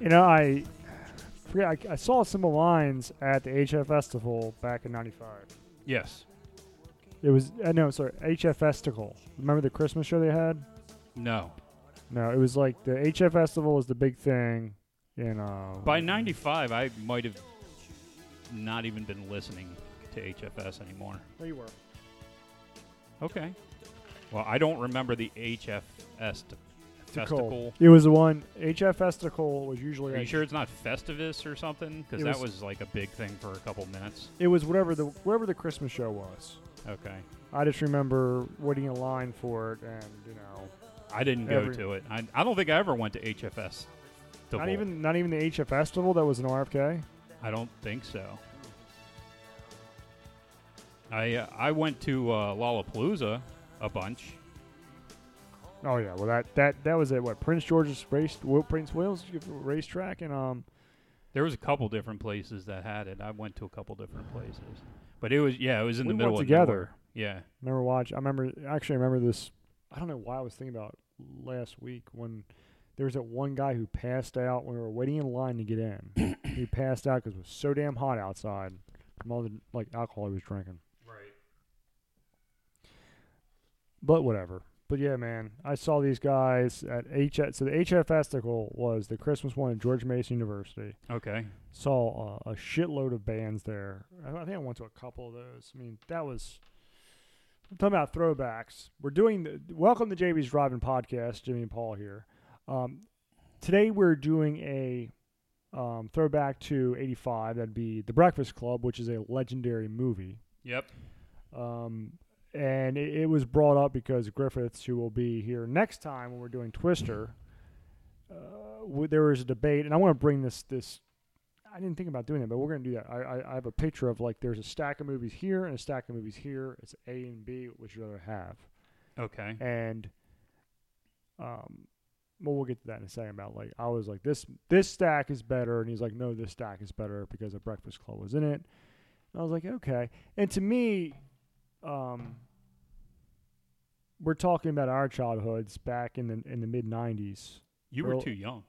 You know, I forget. I, I saw some of the lines at the HF Festival back in '95. Yes. It was uh, no, sorry, HF Festival. Remember the Christmas show they had? No. No, it was like the HF Festival was the big thing. um, You know, By 95, I might have not even been listening to HFS anymore. There you were. Okay. Well, I don't remember the HFS t- festival. It was the one HF Festival was usually. Are you like- sure it's not Festivus or something? Because It that was- was like a big thing for a couple minutes. It was whatever the wherever the Christmas show was. Okay. I just remember waiting in line for it, and you know, I didn't go Every- to it. I, I don't think I ever went to HFS. not even not even the HF Festival that was an RFK. I don't think so. I uh, I went to uh, Lollapalooza a bunch. Oh yeah, well that that that was at what Prince George's race Wil- Prince Williams racetrack and um There was a couple different places that had it. I went to a couple different places, but it was yeah, it was in we the middle went of together. nowhere. Yeah, Remember watch I remember actually I remember this I don't know why I was thinking about it last week when there was that one guy who passed out when we were waiting in line to get in. he passed out because it was so damn hot outside from all the like alcohol he was drinking. right. But whatever. But yeah, man, I saw these guys at HF. So the HF Festival was the Christmas one at George Mason University. Okay, Saw uh, a shitload of bands there. I I think I went to a couple of those. I mean, that was. I'm talking about throwbacks. We're doing the welcome to JB's Driving Podcast. Jimmy and Paul here. Um, today we're doing a um, throwback to '85. That'd be The Breakfast Club, which is a legendary movie. yep. Um, and it, it was brought up because Griffiths, who will be here next time when we're doing Twister, uh, w- there was a debate, and I want to bring this this. I didn't think about doing that, but we're going to do that. I, I, I have a picture of like there's a stack of movies here and a stack of movies here. It's A and B, which you rather have, Okay, and um, well, we'll get to that in a second. About like I was like this this stack is better, and he's like, no, this stack is better because a Breakfast Club was in it. And I was like, okay. And to me, um, we're talking about our childhoods back in the in the mid '90s. you Earl- were too young.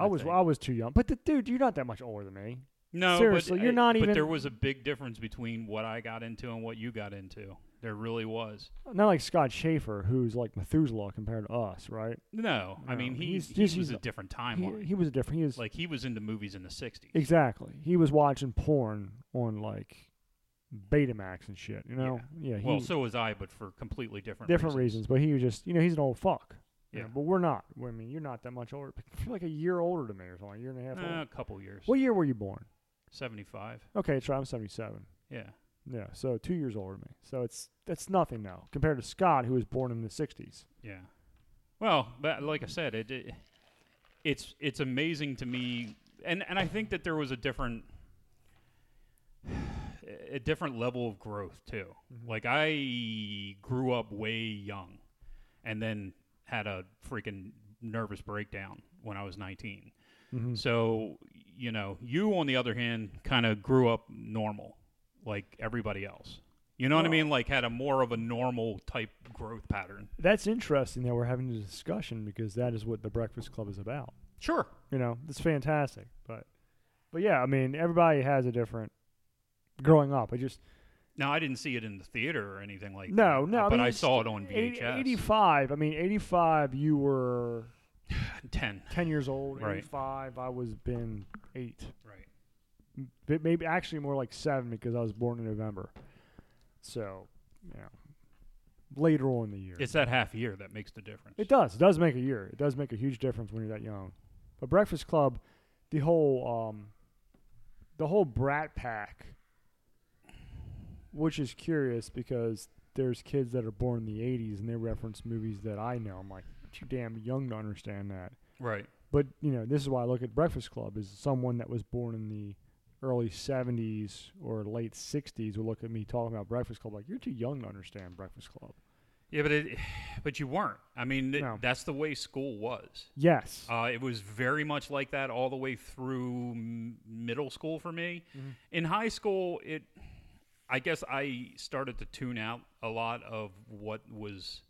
I, was think. I was too young, but the, dude, you're not that much older than me. no, but seriously, you're I- not even- But there was a big difference between what I got into and what you got into. There really was. Not like Scott Schaefer, who's like Methuselah compared to us, right? No, I No, mean he he's- he he's- was he's- a different He, timeline. he was different. He was like he was into movies in the '60s. exactly. He was watching porn on like Betamax and shit. You know? Yeah. he, well, so was I, but for completely different different reasons. but he was just you know he's an old fuck. you Yeah, know, but we're not. I mean, you're not that much older. You're like a year older than me or something. A year and a half. Eh, older. a couple years. What year were you born? Seventy-five. Okay, that's right. I'm 77. Yeah. Yeah, so two years older than me. So it's that's nothing now compared to Scott, who was born in the 60s. Yeah. Well, but like I said, it, it it's it's amazing to me, and and I think that there was a different a different level of growth too. Like I grew up way young, and then had a freaking nervous breakdown when I was 19. So you know, you on the other hand, kind of grew up normal, like everybody else. You know what I mean? Like had a more of a normal type growth pattern. That's interesting that we're having a discussion because that is what the Breakfast Club is about. Sure. You know, it's fantastic. But but yeah, I mean, everybody has a different growing up. I just No, I didn't see it in the theater or anything like no that. uh, no, I but mean, I it's- saw it on eighty- VHS. 85. I mean, 85. You were 10. 10 years old. Right. 85. I was been eight. Right. But maybe actually more like seven because I was born in November. So, you know, later on in the year. It's that half year that makes the difference. it does. It does make a year. It does make a huge difference when you're that young. But Breakfast Club, the whole, um, the whole brat pack, which is curious because there's kids that are born in the 80s and they reference movies that I know. I'm like, too damn young to understand that. Right. But you know, this is why I look at Breakfast Club is someone that was born in the early '70s or late '60s will look at me talking about Breakfast Club like you're too young to understand Breakfast Club. Yeah, but it, but you weren't. I mean, th- No. that's the way school was. Yes, Uh, it was very much like that all the way through m- middle school for me. In high school, it, I guess I started to tune out a lot of what was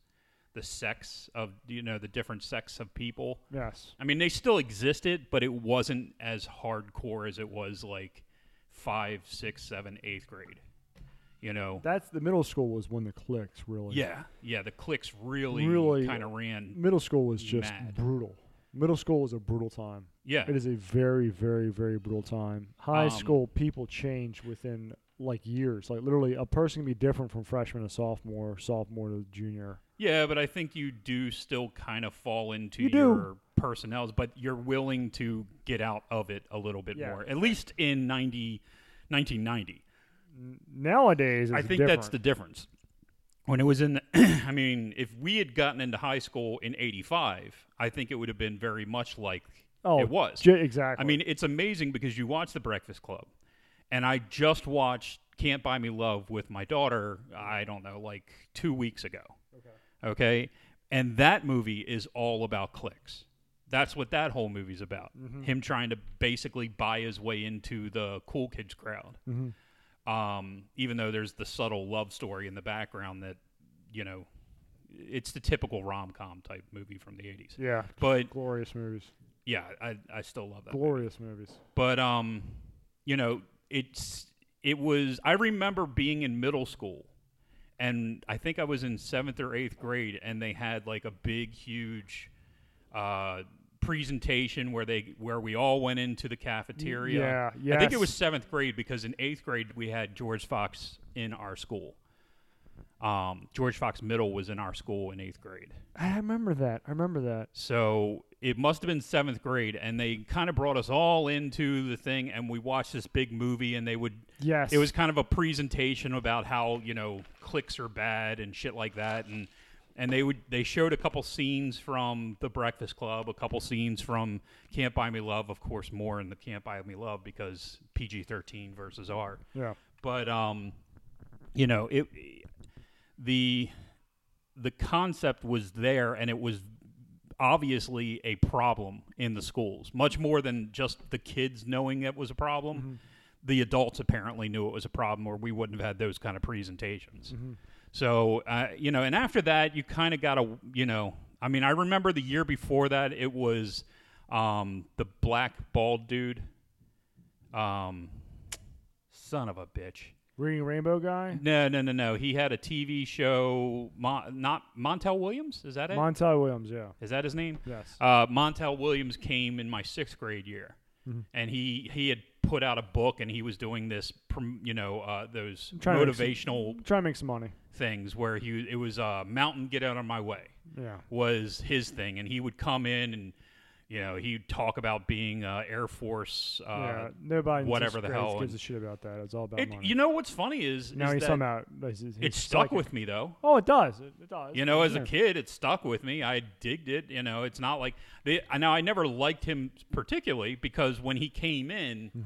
the sex of you know the different sects of people. Yes. I mean, they still existed, but it wasn't as hardcore as it was like five, six, seven, eighth grade. You know, That's the middle school was when the clicks really. yeah, yeah. The clicks really, Really- kind of ran. Middle school was just Mad. brutal. Middle school was a brutal time. Yeah, It is a very, very, very brutal time. High Um, school people change within like years. Like literally, a person can be different from freshman to sophomore, sophomore to junior. yeah. But I think you do still kind of fall into You do. your personnels, but you're willing to get out of it a little bit Yeah. more, at least in 90, 1990. Nowadays, it's I think that's the different. difference. When it was in, the, I mean, if we had gotten into high school in '85, I think it would have been very much like oh, it was. j- exactly. I mean, it's amazing because you watch The Breakfast Club, and I just watched Can't Buy Me Love with my daughter, I don't know, like two weeks ago. Okay. And that movie is all about clicks. That's what that whole movie's about. Him trying to basically buy his way into the cool kids crowd. Um, even though there's the subtle love story in the background that, you know, it's the typical rom com type movie from the 80s. yeah, But glorious movies. yeah, I, I still love that. movie Glorious movies. but um you know it's it was i remember being in middle school and i think i was in seventh or eighth grade and they had like a big huge uh presentation where they where we all went into the cafeteria Yeah, i think it yes. was seventh grade because in eighth grade we had george fox in our school um george fox middle was in our school in eighth grade I remember that. I remember that. so it must have been seventh grade, and they kind of brought us all into the thing, and we watched this big movie, and they would. Yes, It was kind of a presentation about how you know clicks are bad and shit like that, and and they would they showed a couple scenes from The Breakfast Club, a couple scenes from Can't Buy Me Love, of course, more in the Can't Buy Me Love because PG thirteen versus R Yeah. but um you know it the the concept was there and it was obviously a problem in the schools much more than just the kids knowing it was a problem the adults apparently knew it was a problem or we wouldn't have had those kind of presentations so uh, you know and after that you kind of got to you know i mean i remember the year before that it was um, the black bald dude um, son of a bitch Reading Rainbow guy. no, no, no, no. He had a TV show. Mon- not Montel Williams. Is that it? Is Montel Williams. Yeah. that his name? Yes. Uh, Montel Williams came in my sixth grade year, Mm-hmm. and he he had put out a book, and he was doing this, prom- you know, uh, those trying to make some- motivational Try to make some money. things where he it was uh, mountain get out of my way Yeah. was his thing, and he would come in and you know he'd talk about being uh, Air Force. Uh, yeah. Nobody. in whatever sixth the grade hell, gives and- a shit about that. It's all about It, money. you know what's funny is, now is he's that talking about. He's, he's it stuck psychic. with me though. Oh, it does. It, it does. you know, as Yeah. a kid, it stuck with me. I digged it. You know, it's not like they, I know I never liked him particularly because when he came in, Mm-hmm.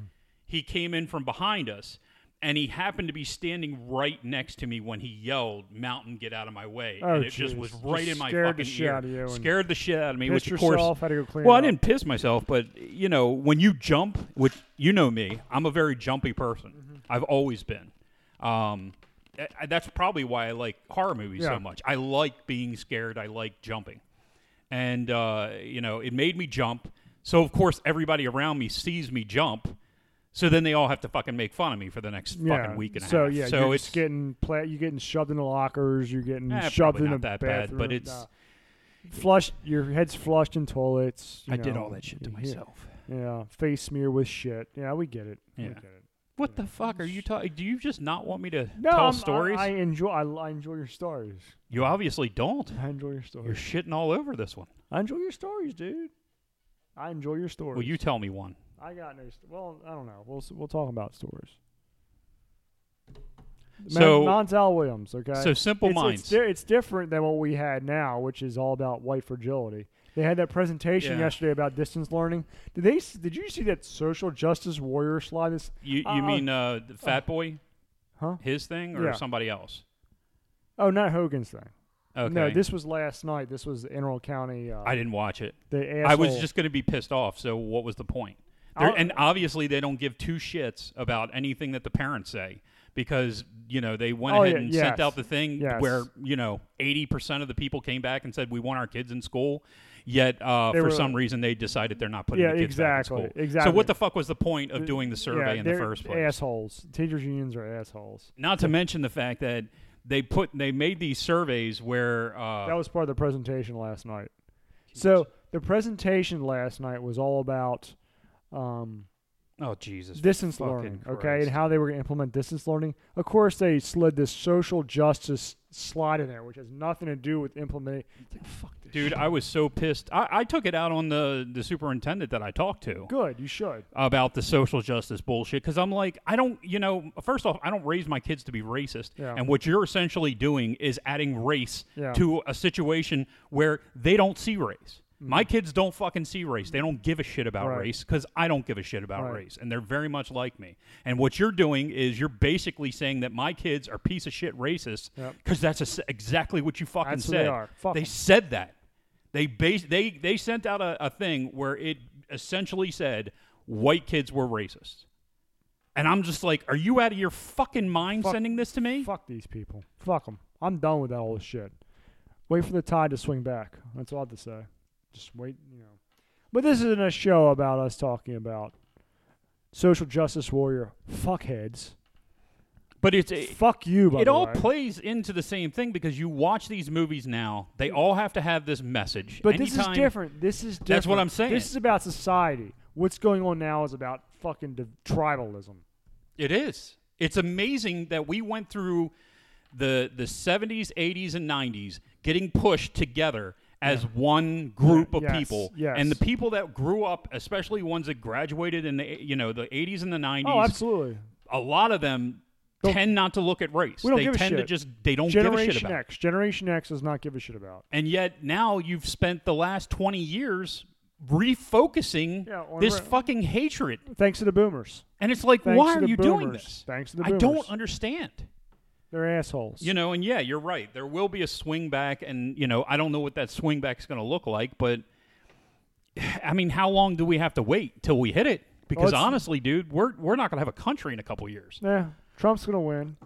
he came in from behind us, and he happened to be standing right next to me when he yelled, "Mountain, get out of my way!" Oh, and it just jeez. was Just right in my scared fucking the shit ear. out of you and scared the shit out of me. Pissed Which of yourself. course, had to go clean. well, it I up. didn't piss myself, but you know, when you jump, which you know me, I'm a very jumpy person. Mm-hmm. I've always been. Um, I- I- that's probably why I like horror movies Yeah. so much. I like being scared. I like jumping, and uh, you know, it made me jump. So of course, everybody around me sees me jump. So then they all have to fucking make fun of me for the next Yeah. fucking week and a so half. yeah, so you're it's just getting pla- you're getting shoved in the lockers. You're getting eh, shoved probably in not a that bathroom. bad, but it's nah. flushed. Your head's flushed in toilets. you I did know, all that shit to you hear- myself. Yeah, face smear with shit. Yeah, we get it. We Yeah. get it. What the fuck are you talking? Do you just not want me to No, tell I'm- stories? I, I enjoy. I, I enjoy your stories. You obviously don't. I enjoy your You're stories. shitting all over this one. I enjoy your stories, dude. I enjoy your stories. Well, you tell me one. I got no. St- well, I don't know. We'll s- we'll talk about stories. Man- So- Montel Williams. Okay. So simple it's, minds. It's, di- it's different than what we had now, which is all about white fragility. They had that presentation Yeah. yesterday about distance learning. Did they? s- Did you see that social justice warrior slide? This you you uh, mean uh, the Fat Boy, huh? his thing, or Yeah. somebody else? Oh, not Hogan's thing. Okay. No, this was last night. This was the Emerald County. Uh, I didn't watch it. the I was asshole- just going to be pissed off. So what was the point? They're- I'll- and obviously, they don't give two shits about anything that the parents say because you know they went Oh, ahead yeah, and yes. sent out the thing Yes. where you know eighty percent of the people came back and said we want our kids in school. Yet uh, They for were- some reason they decided they're not putting Yeah, the kids exactly, back in school. exactly. So what the fuck was the point of doing the survey yeah, in the they're first place? Assholes. Teachers unions are assholes. Not to mention the fact that they put they made these surveys where uh, that was part of the presentation last night. So the presentation last night was all about um, oh Jesus distance fucking learning, okay, Christ. and how they were going to implement distance learning. Of course, they slid this social justice slide in there, which has nothing to do with implementing. It's like, fuck this Dude, shit. I was so pissed. I, I took it out on the, the superintendent that I talked to good. You should. about the social justice bullshit because I'm like, I don't, you know, first off, I don't raise my kids to be racist. Yeah. And what you're essentially doing is adding race Yeah. to a situation where they don't see race. My kids don't fucking see race. They don't give a shit about Mm-hmm. Right. race because I don't give a shit about Right. race. And they're very much like me. And what you're doing is you're basically saying that my kids are piece of shit racists Yep. because that's es- exactly what you fucking That's who said. they are. Fuck 'em. They said that. They base they they sent out a, a thing where it essentially said white kids were racist. And I'm just like, are you out of your fucking mind Fuck- sending this to me? Fuck these people. Fuck them. I'm done with that whole shit. Wait for the tide to swing back. That's all I have to say. Just wait, you know. But this isn't a show about us talking about social justice warrior fuckheads. But it's it, Fuck you, by it the all way. plays into the same thing because you watch these movies now, they all have to have this message. but this is Anytime- different. This is different. That's what I'm saying. This is about society. What's going on now is about fucking div- tribalism. It is. It's amazing that we went through the the 70s, 80s, and 90s getting pushed together as one group of Yes, people. yes. And the people that grew up, especially ones that graduated in the you know the 80s and the 90s, Oh, absolutely. a lot of them tend not to look at race. We don't they give a tend shit. to just they don't Generation give a shit about. it. X. Generation X does not give a shit about. And yet now you've spent the last 20 years refocusing Yeah, on this ra- fucking hatred. Thanks to the boomers. And it's like, Thanks why to are the you doing boomers. this? Thanks to the I boomers. don't understand. They're assholes. You know, and yeah, you're right. There will be a swing back, and you know, I don't know what that swing back is going to look like, but I mean, how long do we have to wait till we hit it? Because it's- honestly, dude, we're we're not going to have a country in a couple years. Yeah, Trump's gonna win.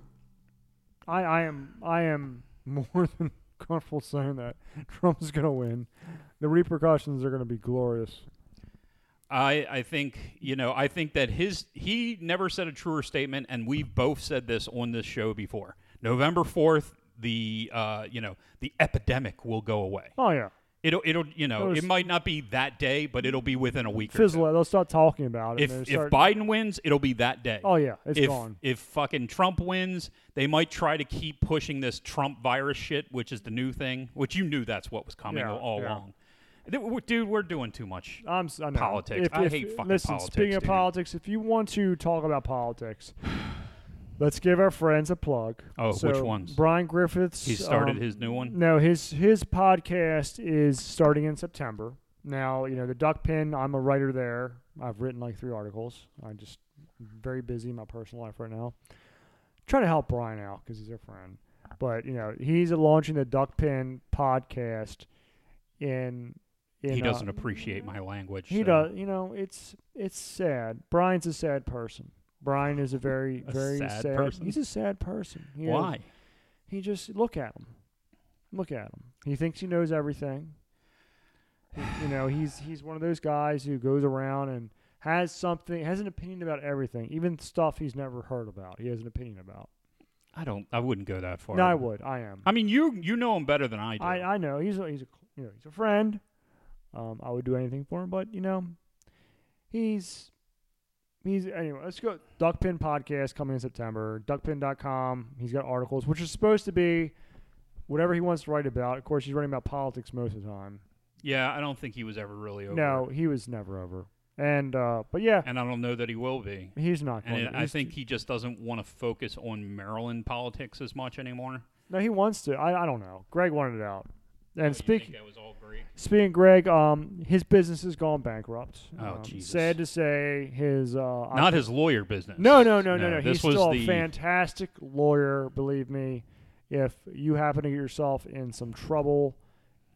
I I am I am more than comfortable saying that Trump's gonna win. The repercussions are gonna be glorious. I I think you know I think that his he never said a truer statement, and we've both said this on this show before. November fourth, the uh, you know the epidemic will go away. Oh yeah, It'll it'll you know It was- it might not be that day, but it'll be within a week. or fizzle. it. They'll start talking about it. if and they if start- Biden wins, it'll be that day. oh yeah, it's if gone. if fucking Trump wins, they might try to keep pushing this Trump virus shit, which is the new thing, which you knew that's what was coming Yeah, all yeah. along. Th- we're- Dude, we're doing too much. I'm s- I know. Politics. If, I if- hate fucking listen, politics, Speaking of dude. politics, if you want to talk about politics, let's give our friends a plug. Oh, which So, ones? Brian Griffiths. He started um, his new one. No, his his podcast is starting in September. Now, you know, the Duck Pen, I'm a writer there. I've written like three articles. I just very busy in my personal life right now. Try to help Brian out because he's a friend. But, you know, he's launching the Duck Pen podcast in in He uh, doesn't appreciate my language. He so- does, you know, it's it's sad. Brian's a sad person. Brian is a very A very sad person? He's a sad person. He is- Why? he just look at him, look at him. He thinks he knows everything. He- you know, he's he's one of those guys who goes around and has something, has an opinion about everything, even stuff he's never heard about. He has an opinion about. I don't. I wouldn't go that far. No, I would. I am. I mean, you you know him better than I do. I, I know he's a, he's a you know he's a friend. Um, I would do anything for him, but you know, he's he's anyway. Let's go Duckpin podcast coming in September. Duckpin.com. He's got articles, which is supposed to be whatever he wants to write about. Of course, he's writing about politics most of the time. yeah, I don't think he was ever really over. No, he was never over. And uh, but yeah, it. and I don't know that he will be. he's not. Going And to. I He's- think he just doesn't want to focus on Maryland politics as much anymore. no, he wants to. I, I don't know. Greg wanted it out. And speak, that was all Greek. Speaking of Greg, um, his business has gone bankrupt. Oh, um, Jesus. Sad to say, his uh, Not his lawyer business. No, no, no, no, no. This He's was still the a fantastic lawyer, believe me. If you happen to get yourself in some trouble,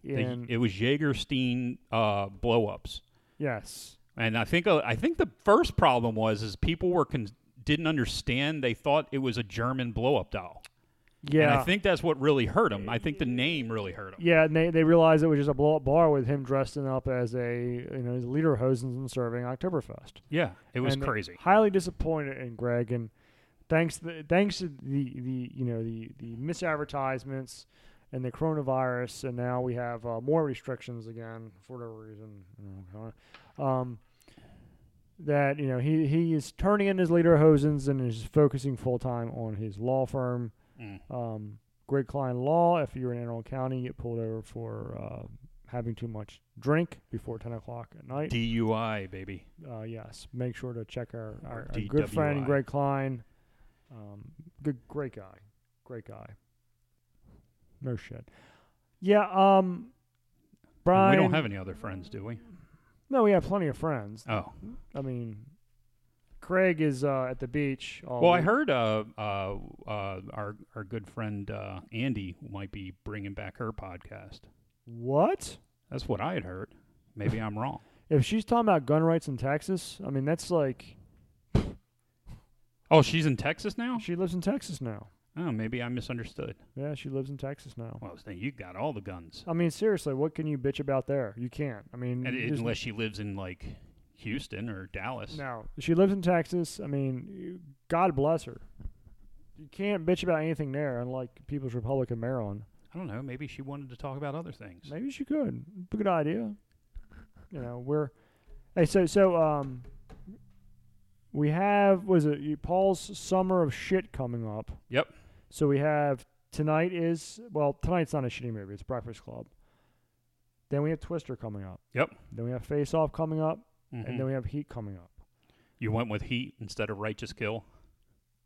the- in it was Jaegerstein uh, blow ups yes, And I think uh, I think the first problem was is people were con- didn't understand. They thought it was a German blow up doll. And Yeah, I think that's what really hurt him. I think the name really hurt him. yeah. And they they realized it was just a blow up bar with him dressing up as a you know his lederhosen and serving Oktoberfest. Yeah, it was and uh, crazy. Highly disappointed in Greg, and thanks the, thanks to the, the you know the the misadvertisements and the coronavirus, and now we have uh, more restrictions again for whatever reason. you know, Um, that you know he he is turning in his lederhosens and is focusing full time on his law firm, Mm. um, Greg Klein Law. If you're in Anne Arundel County, you get pulled over for uh, having too much drink before ten o'clock at night DUI, baby. uh, yes, make sure to check our, our, Or our good friend DWI. Greg Klein. Um, good, great guy, great guy. No shit. Yeah. Um, And Brian. we don't have any other friends, do we? No, we have plenty of friends. Oh, I mean, Craig is uh, at the beach. All well, I week. heard uh, uh, uh, our our good friend uh, Andy might be bringing back her podcast. what That's what I had heard. Maybe I'm wrong. if she's talking about gun rights in Texas? I mean, that's like Oh, she's in Texas now. she lives in Texas now. Oh, maybe I misunderstood. Yeah, she lives in Texas now. Well, I was thinking you got all the guns, I mean, seriously, what can you bitch about there? You can't. I mean, And- there's- unless she lives in like Houston or Dallas. No, she lives in Texas. I mean, you- God bless her. You can't bitch about anything there, unlike People's Republic of Maryland. I don't know. Maybe she wanted to talk about other things. Maybe she could. It's a good idea. You know, we're hey, so so um, we have was it you- Paul's summer of shit coming up. Yep. So we have tonight is well tonight's not a shitty movie. It's Breakfast Club. Then we have Twister coming up. Yep. Then we have Face Off coming up, Mhm. and then we have Heat coming up. you went with Heat instead of Righteous Kill.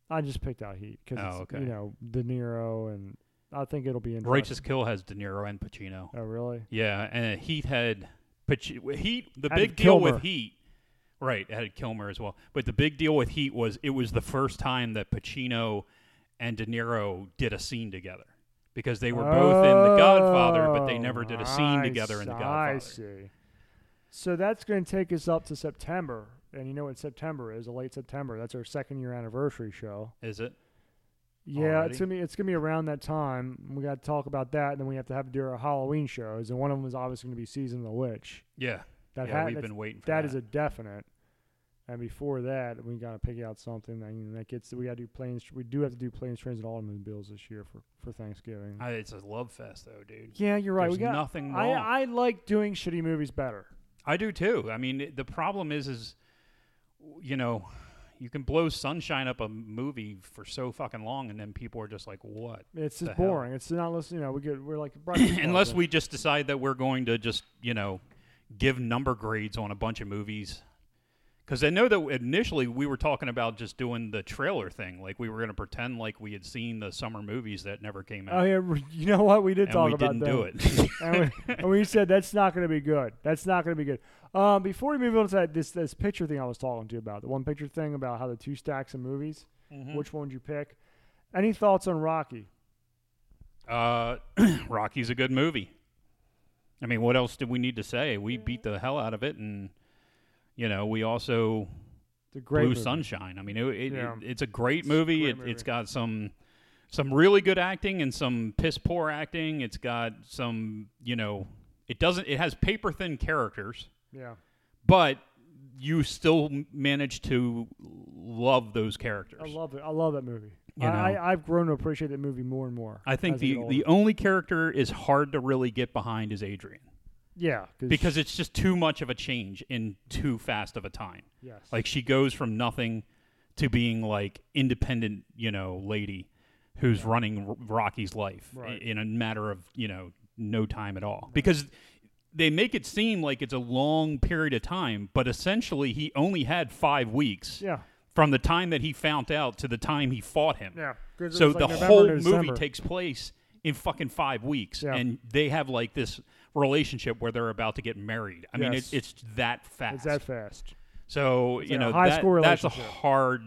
I just picked out Heat because Oh, okay. you know De Niro, and I think it'll be interesting. Righteous Kill has De Niro and Pacino. Oh, really? Yeah, and Heat had Paci- Heat. The Had big deal Kilmer. with Heat, right? it Had Kilmer as well, but the big deal with Heat was it was the first time that Pacino and De Niro did a scene together because they were both in The Godfather, but they never did a scene Oh, together in The I Godfather. s- I see. So that's going to take us up to September, and you know what September is? A late September. That's our second year anniversary show. Is it? Yeah, Alrighty. it's gonna be it's gonna be around that time. We got to talk about that, and then we have to have to do our Halloween shows, and one of them is obviously going to be Season of the Witch. Yeah. That yeah, ha- we've that's- been waiting for that. that is a definite. And before that, we gotta pick out something that, that gets. We gotta do planes. We do have to do planes, trains, and automobiles this year for for Thanksgiving. I- it's a love fest, though, dude. yeah, you're right. There's we got nothing I wrong. I like doing shitty movies better. I do too. I mean, it- the problem is, is you know, you can blow sunshine up a movie for so fucking long, and then people are just like, "What?" It's The just hell? boring. It's not listening. You know, we get we're like Breakfast Club. Unless we just decide that we're going to just, you know, give number grades on a bunch of movies. Because I know that initially we were talking about just doing the trailer thing, like we were going to pretend like we had seen the summer movies that never came Oh out, yeah, we- you know what? We did and talk we about didn't that. do it. and, we, and we said that's not going to be good. That's not going to be good. Um, before we move on to that, this this picture thing I was talking to you about the one picture thing about how the two stacks of movies. Mm. Mm-hmm. Which one would you pick? Any thoughts on Rocky? Uh, Rocky's a good movie. I mean, what else do we need to say? We beat the hell out of it, and you know, we also The great blew movie. sunshine. I mean, it, it, Yeah. it- it's a great It's a movie. great it, movie. It's got some some really good acting and some piss poor acting. It's got some, you know, it doesn't. It has paper thin characters, Yeah. but you still m- manage to love those characters. I love it. I love that movie. You I, know. I, I've grown to appreciate that movie more and more. I think as I get the the older. only character is hard to really get behind is Adrian. yeah because it's just too much of a change in too fast of a time. yes Like she goes from nothing to being like independent, you know, lady who's running R- Rocky's life i- Right. in a matter of, you know, no time at all. Because they make it seem like it's a long period of time, but essentially he only had 5 weeks yeah from the time that he found out to the time he fought him. yeah. 'Cause it So was like the November, whole movie December. takes place in fucking five weeks, Yeah. and they have like this relationship where they're about to get married. I mean, Yes. it, it's that fast. It's that fast. so like you a know, high that- school that's a relationship. hard,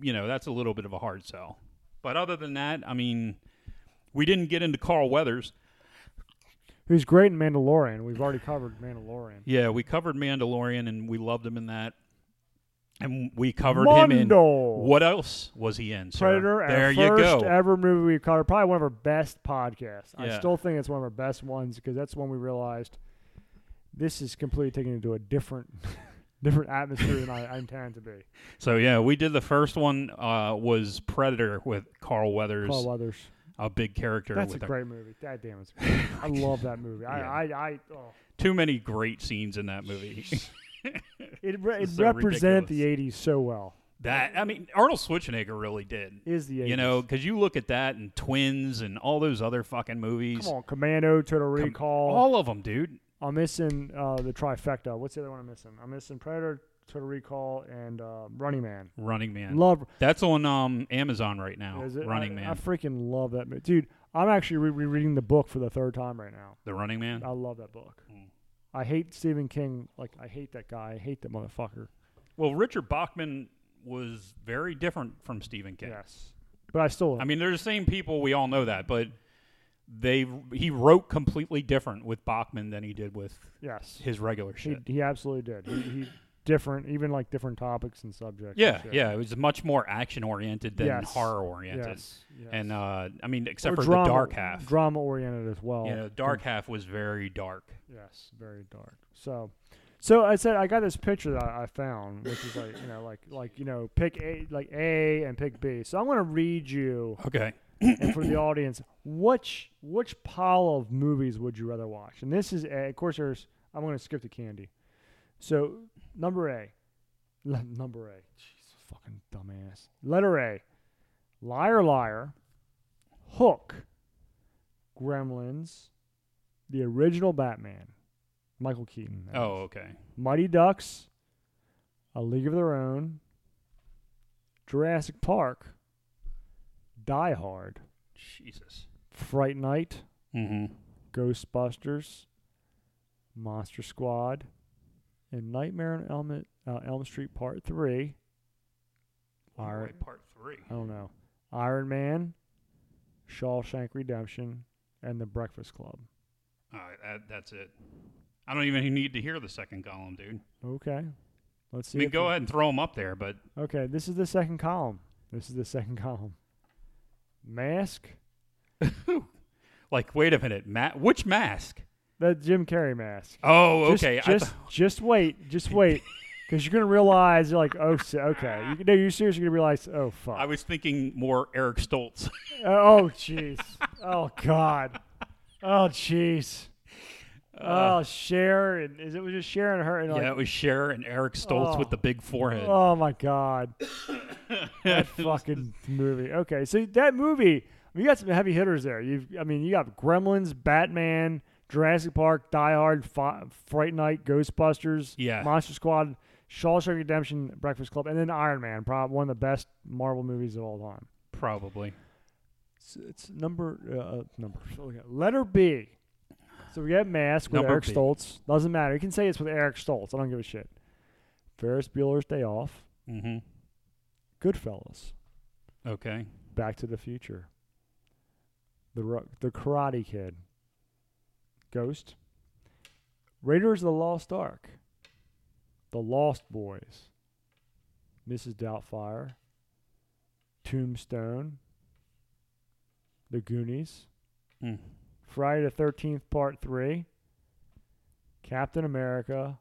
you know, that's a little bit of a hard sell. But other than that, I mean, we didn't get into Carl Weathers. who's great in Mandalorian. We've already covered Mandalorian. Yeah, we covered Mandalorian and we loved him in that. And we covered him in Mondo. what else was he in? Sir? Predator, our There you first go. ever movie we covered. Probably one of our best podcasts. I Yeah. still think it's one of our best ones because that's when we realized this is completely taken into a different, different atmosphere than I, I intended to be. so yeah, we did the first one uh, was Predator with Carl Weathers, Carl Weathers. a big character. That's a with great movie. God damn, it's great. I love that movie. I, I, I oh. too many great scenes in that movie. it, re- it It's so represented ridiculous. the '80s so well. that I mean, Arnold Schwarzenegger really did. Is the 80s. You know, because you look at that and Twins and all those other fucking movies. Come on, Commando, Total Come- Recall. All of them, dude. I'm missing uh, the trifecta. What's the other one I'm missing? I'm missing Predator, Total Recall, and uh, Running Man. Running Man. Love That's on um, Amazon right now. is it- Running I- Man. I freaking love that movie, dude. I'm actually re- rereading the book for the third time right now. the Running Man. I love that book. Mm. I hate Stephen King. Like I hate that guy. I hate that motherfucker. Well, Richard Bachman was very different from Stephen King. Yes, but I still. I mean, they're the same people. We all know that, but they he wrote completely different with Bachman than he did with yes, his regular he, shit. he absolutely did. He, he different, even like different topics and subjects. and yeah, shit. yeah, it was much more action oriented than Yes. horror oriented. Yes, yes. And uh, I mean, except Or for drama, the dark half. drama oriented as well. you know, dark half was very dark. Yes, very dark. So, so I said I got this picture that I I found, which is like you know, like like you know, pick A, like A and pick B. So I'm going to read you Okay. and for the audience which which pile of movies would you rather watch? And this is A. Of course, there's I'm going to skip the candy. So number A, le- number A, Jesus fucking dumbass. Letter A, liar liar, Hook, Gremlins, the original Batman, Michael Keaton. that is. Oh, okay. Mighty Ducks, A League of Their Own, Jurassic Park, Die Hard, Jesus. Fright Night, Mm-hmm. Ghostbusters, Monster Squad, and Nightmare on Elm, uh, Elm Street Part 3. All right. Part three. I don't know. Iron Man, Shawshank Redemption, and The Breakfast Club. All right, that, that's it. I don't even need to hear the second column, dude. Okay. Let's see. I mean, if go we- ahead and throw them up there, but Okay, this is the second column. This is the second column. Mask, like, wait a minute, Matt, which mask? that Jim Carrey mask. Oh, Just- okay. I Just, thought- just wait. Just wait. Because you're going to realize, you're like, oh, so, okay. You, no, you're seriously going to realize, oh, fuck. I was thinking more Eric Stoltz. oh, jeez. oh, God. Oh, jeez. Uh, oh, Sharon. Is it was just Sharon and her? And yeah, Oh, like, it was Cher and Eric Stoltz Oh. with the big forehead. oh, my God. That fucking movie. Okay, so that movie, I mean, you got some heavy hitters there. You've, I mean, you got Gremlins, Batman, Jurassic Park, Die Hard, Fi- Fright Night, Ghostbusters, Yeah. Monster Squad, Shawshank Redemption, Breakfast Club, and then Iron Man, probably one of the best Marvel movies of all time. Probably. It's, it's number uh, uh, number so we got letter B. So we got Mask with Number Eric B. Stoltz. Doesn't matter. You can say it's with Eric Stoltz. I don't give a shit. Ferris Bueller's Day Off, hmm Goodfellas. Okay. Back to the Future, The Ro- The Karate Kid, Ghost, Raiders of the Lost Ark, The Lost Boys, Mrs. Doubtfire, Tombstone, The Goonies, Mm. Friday the Thirteenth Part Three, Captain America,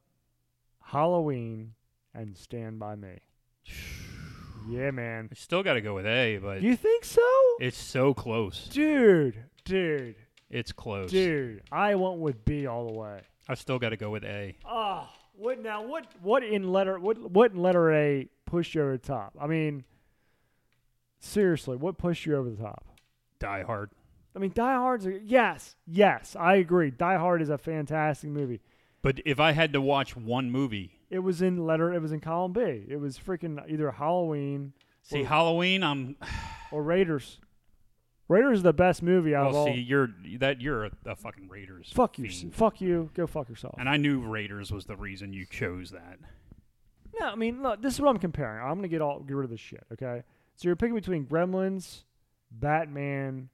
Halloween, and Stand by Me. Yeah, man. I still got to go with A, but You think so? it's so close. Dude, dude, It's close. dude. I went with B all the way. I still got to go with A. Oh, what now? What what in letter what what in letter A pushed you over the top? I mean, seriously, what pushed you over the top? Die Hard. I mean, Die Hard's a, yes, yes, I agree. Die Hard is a fantastic movie. But if I had to watch one movie, It was in letter. It was in column B. It was freaking either Halloween see Well- Halloween, I'm or Raiders. Raiders is the best movie out of well. all. See, you're that you're a, a fucking Raiders. Fuck you, fiend. fuck you. Go fuck yourself. And I knew Raiders was the reason you chose that. No, I mean, look, this is what I'm comparing. I'm gonna get all get rid of this shit, okay? So you're picking between Gremlins, Batman,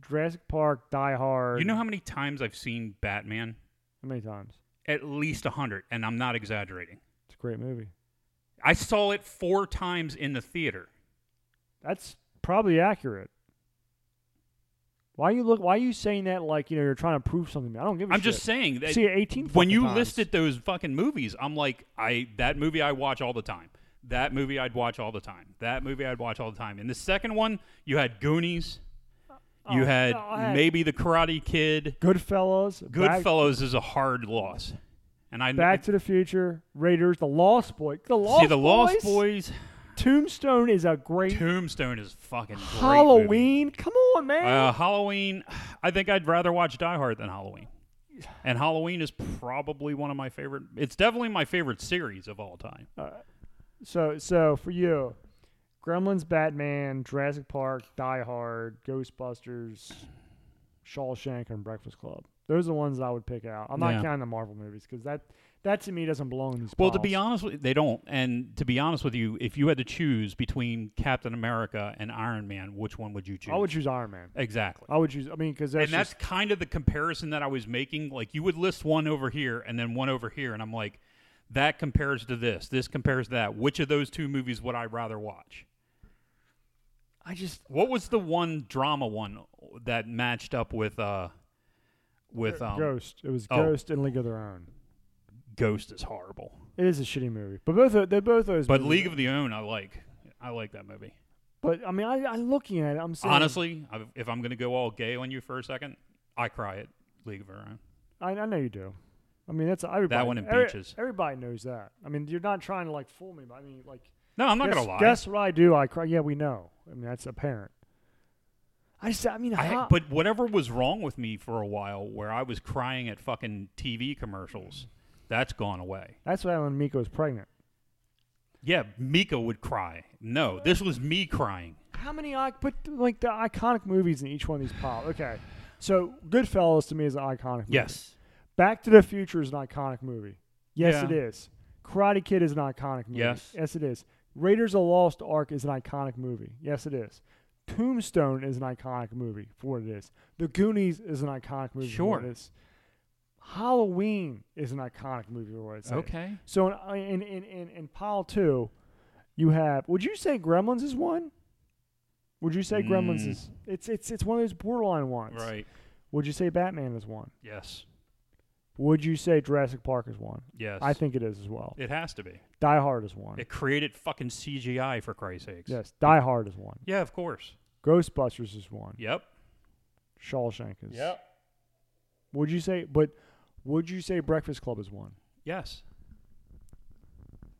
Jurassic Park, Die Hard. You know how many times I've seen Batman? How many times? At least a hundred, and I'm not exaggerating. It's a great movie. I saw it four times in the theater. That's probably accurate. Why you look? Why are you saying that like you know you're trying to prove something? I don't give a I'm shit. just saying that See it 18 when fucking you times. listed those fucking movies, I'm like, I that movie I watch all the time. That movie I'd watch all the time. That movie I'd watch all the time. And the second one, you had Goonies. You Oh, had no, I had- maybe The Karate Kid. Goodfellas, Back, Goodfellas is a hard loss, and I Back to the Future, Raiders, The Lost Boy, The Lost see the Lost Boys? Boys. Tombstone is a great Tombstone is fucking great movie. Halloween. Come on, man. Uh, Halloween. I think I'd rather watch Die Hard than Halloween. And Halloween is probably one of my favorite. It's definitely my favorite series of all time. so so for you, Gremlins, Batman, Jurassic Park, Die Hard, Ghostbusters, Shawshank, and Breakfast Club. Those are the ones I would pick out. I'm not Yeah. counting the Marvel movies because that that to me doesn't belong in these. Well, to be piles. honest, with they don't. And to be honest with you, if you had to choose between Captain America and Iron Man, which one would you choose? I would choose Iron Man. exactly. I would choose. I mean, because and that's kind of the comparison that I was making. Like you would list one over here and then one over here, and I'm like, that compares to this. This compares to that. Which of those two movies would I rather watch? I just What was the one drama one that matched up with uh with um Ghost. It was oh. Ghost and League of Their Own. Ghost is horrible. It is a shitty movie, but both of, they're both those. But movies- League of the Own I like. I like that movie. But I mean, I, I'm looking at it. I'm saying, Honestly, I, if I'm going to go all gay on you for a second, I cry at League of Their Own. I, I know you do. I mean, that's everybody. one and every- Beaches. Everybody knows that. I mean, you're not trying to like fool me, but I mean, like, No, I'm not guess, going to lie. Guess what I do? I cry. Yeah, we know. I mean, that's apparent. I just, I mean, I, how- but whatever was wrong with me for a while, where I was crying at fucking TV commercials, that's gone away. that's why when Miko was pregnant. Yeah, Mika would cry. No, this was me crying. How many I put like the iconic movies in each one of these piles? Okay, so Goodfellas to me is an iconic. movie. Yes, Back to the Future is an iconic movie. Yes, Yeah. it is. Karate Kid is an iconic movie. Yes. Yes, it is. Raiders of the Lost Ark is an iconic movie. Yes, it is. Tombstone is an iconic movie for what it is. The Goonies is an iconic movie for what Sure. it is. Halloween is an iconic movie for what it is. Okay. So in in, in, in in pile two, you have. Would you say Gremlins is one? Would you say Gremlins Mm. is? It's it's it's one of those borderline ones. right. Would you say Batman is one? Yes, Would you say Jurassic Park is one? yes. I think it is as well. it has to be. Die Hard is one. It created fucking CGI for Christ's sakes. yes, Die Hard is one. Yeah, of course. Ghostbusters is one. Yep. Shawshank is. Would you say? But would you say Breakfast Club is one? Yes.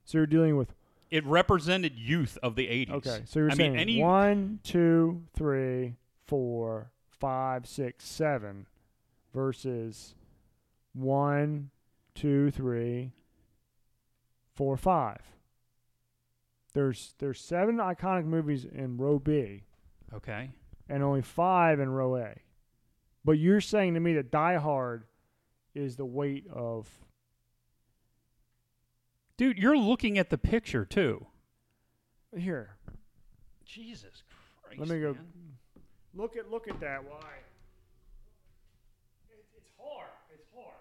So you're dealing with It represented youth of the 80s. okay. So you're I saying mean, any one, two, three, four, five, six, seven, versus one, two, three, four, five. There's there's seven iconic movies in row B. Okay. and only five in row A. But you're saying to me that Die Hard is the weight of Dude, you're looking at the picture too. here. Jesus Christ. Let me go. man. Look at look at that. Why? It, it's hard. It's hard.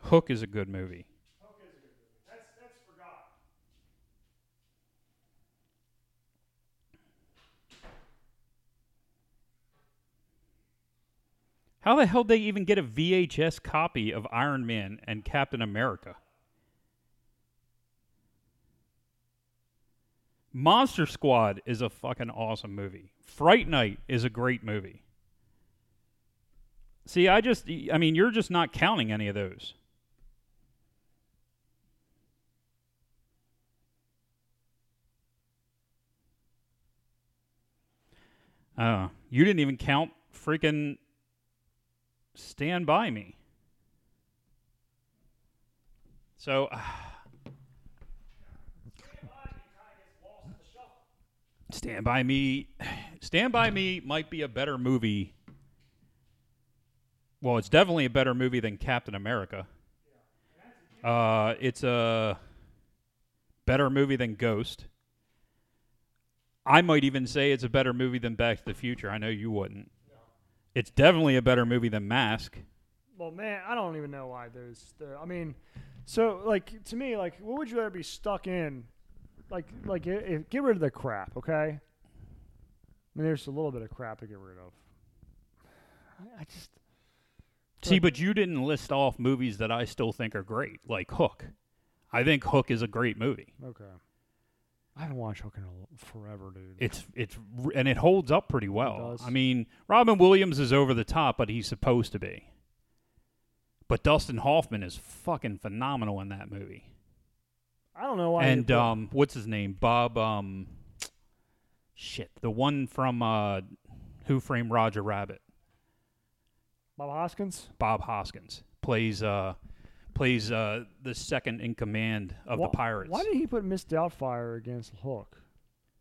Hook is a good movie. Okay, it's a good movie. that's that's forgotten. How the hell did they even get a VHS copy of Iron Man and Captain America? Monster Squad is a fucking awesome movie. Fright Night is a great movie. See, I just, I mean, you're just not counting any of those. Uh, you didn't even count freaking Stand By Me. So, Stand By Me, Stand By Me might be a better movie. Well, it's definitely a better movie than Captain America. Uh, it's a better movie than Ghost. I might even say it's a better movie than Back to the Future. I know you wouldn't. It's definitely a better movie than Mask. Well, man, I don't even know why those. the- I mean, so like to me, like what would you rather be stuck in? Like, like i- if, get rid of the crap, okay? I mean, there's a little bit of crap to get rid of. I- I just See, but you didn't list off movies that I still think are great, like Hook. I think Hook is a great movie. okay. I haven't watched Hook in a l- forever, dude. It's it's r- and it holds up pretty well. does. I mean, Robin Williams is over the top, but he's supposed to be. But Dustin Hoffman is fucking phenomenal in that movie. I don't know why. and you put- um, what's his name? Bob. Um, shit, the one from uh, Who Framed Roger Rabbit. Bob Hoskins. Bob Hoskins plays uh, plays uh, the second in command of Wha- the pirates. Why did he put Miss Doubtfire against Hook?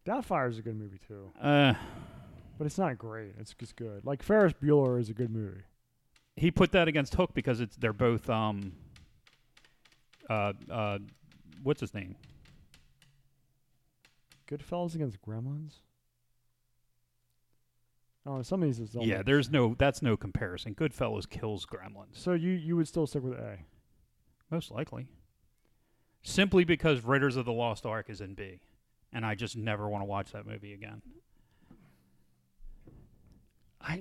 Doubtfire's a good movie too, uh, but it's not great. It's just good. Like Ferris Bueller is a good movie. he put that against Hook because it's they're both um, uh, uh, what's his name? Goodfellas against Gremlins. Oh, some of these is Yeah, there's no that's no comparison. Goodfellas kills Gremlins So you you would still stick with A. most likely, simply because Raiders of the Lost Ark is in B, and I just never want to watch that movie again. I.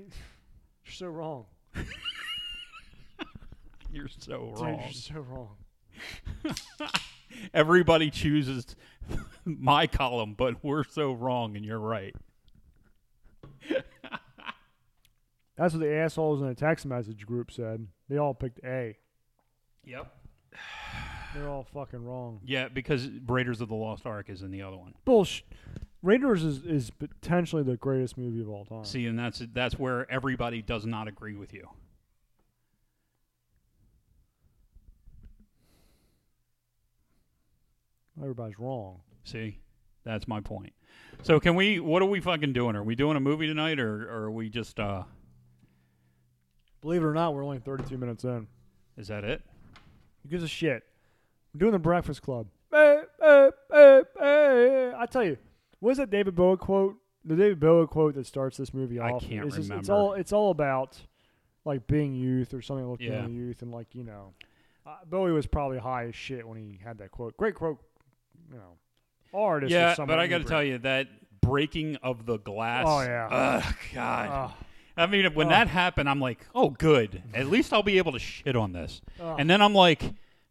You're so wrong. You're so Dude, wrong. you're so wrong. Everybody chooses my column, but we're so wrong, and you're right. That's what the assholes in the text message group said. They all picked A. Yep. They're all fucking wrong. Yeah, because Raiders of the Lost Ark is in the other one. Bullsh. Raiders is, is potentially the greatest movie of all time. See, and that's that's where everybody does not agree with you. Everybody's wrong. See, that's my point. So, can we? What are we fucking doing? Are we doing a movie tonight, or, or are we just? uh Believe it or not, we're only 32 minutes in. Is that it? Who gives a shit? We're doing the Breakfast Club. Eh, eh, eh, eh. I tell you, what is that David Bowie quote? The David Bowie quote that starts this movie I off. can't it's it's remember. all it's all about like being youth or something like Yeah. being youth and like you know, uh, Bowie was probably high as shit when he had that quote. Great quote, you know, artist. yeah, but I got to tell you that breaking of the glass. Oh, yeah. Ugh, God. Ah, I mean, when that happened, I'm like, oh, good. At least I'll be able to shit on this. Ugh. And then I'm like,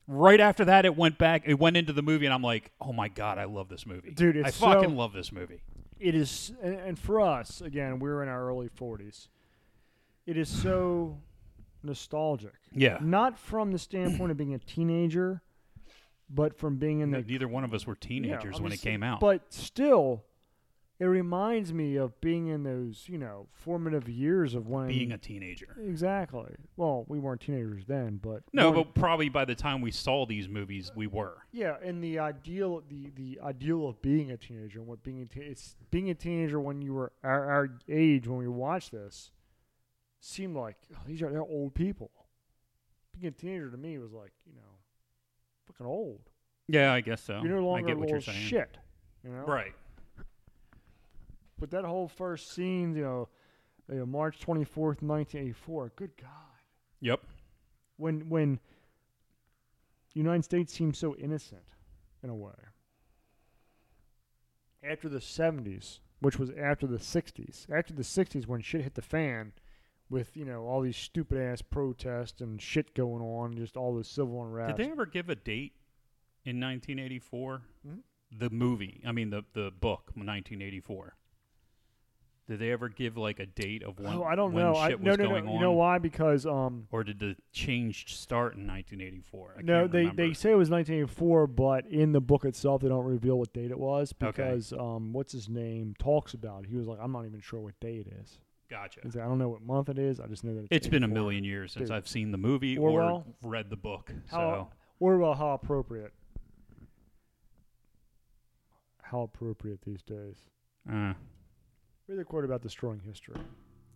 right after that, it went back. It went into the movie, and I'm like, oh my god, I love this movie, Dude, it's I fucking so- love this movie. it is and, and for us again we're in our early 40s it is so nostalgic Yeah. not from the standpoint of being a teenager but from being in the Neither one of us were teenagers Yeah, when it obviously, came out. but still it reminds me of being in those you know formative years of when being a teenager. exactly well we weren't teenagers then but No, more- but probably by the time we saw these movies, we were. yeah and the ideal the the ideal of being a teenager and what being a teen it's being a teenager when you were our, our age when we watched this seemed like "Oh, these are they're old people being a teenager to me was like you know fucking old Yeah, I guess so. you're no I longer get what you're little saying. shit you know Right. but that whole first scene you know, you know march 24th 1984 good god Yep. when when United States seems so innocent in a way. After the 70s, which was after the 60s, after the 60s when shit hit the fan with, you know, all these stupid ass protests and shit going on, just all the civil unrest. Did they ever give a date in 1984? Mhm. The movie, I mean the the book, 1984. Did they ever give like a date of when? oh, I don't when know. I, Shit no, was no, going no. on? You know why? Because um Or did the change start in 1984? I no, can't they, remember. they say it was 1984, but in the book itself, they don't reveal what date it was Okay. because um, what's his name talks about. It. He was like, I'm not even sure what day it is. Gotcha. He's like, I don't know what month it is. I just know that it's It's been a 84." million years since Dude. I've seen the movie Orwell? or read the book. How Orwell, how appropriate. How appropriate these days. so, uh, Read the quote about destroying history.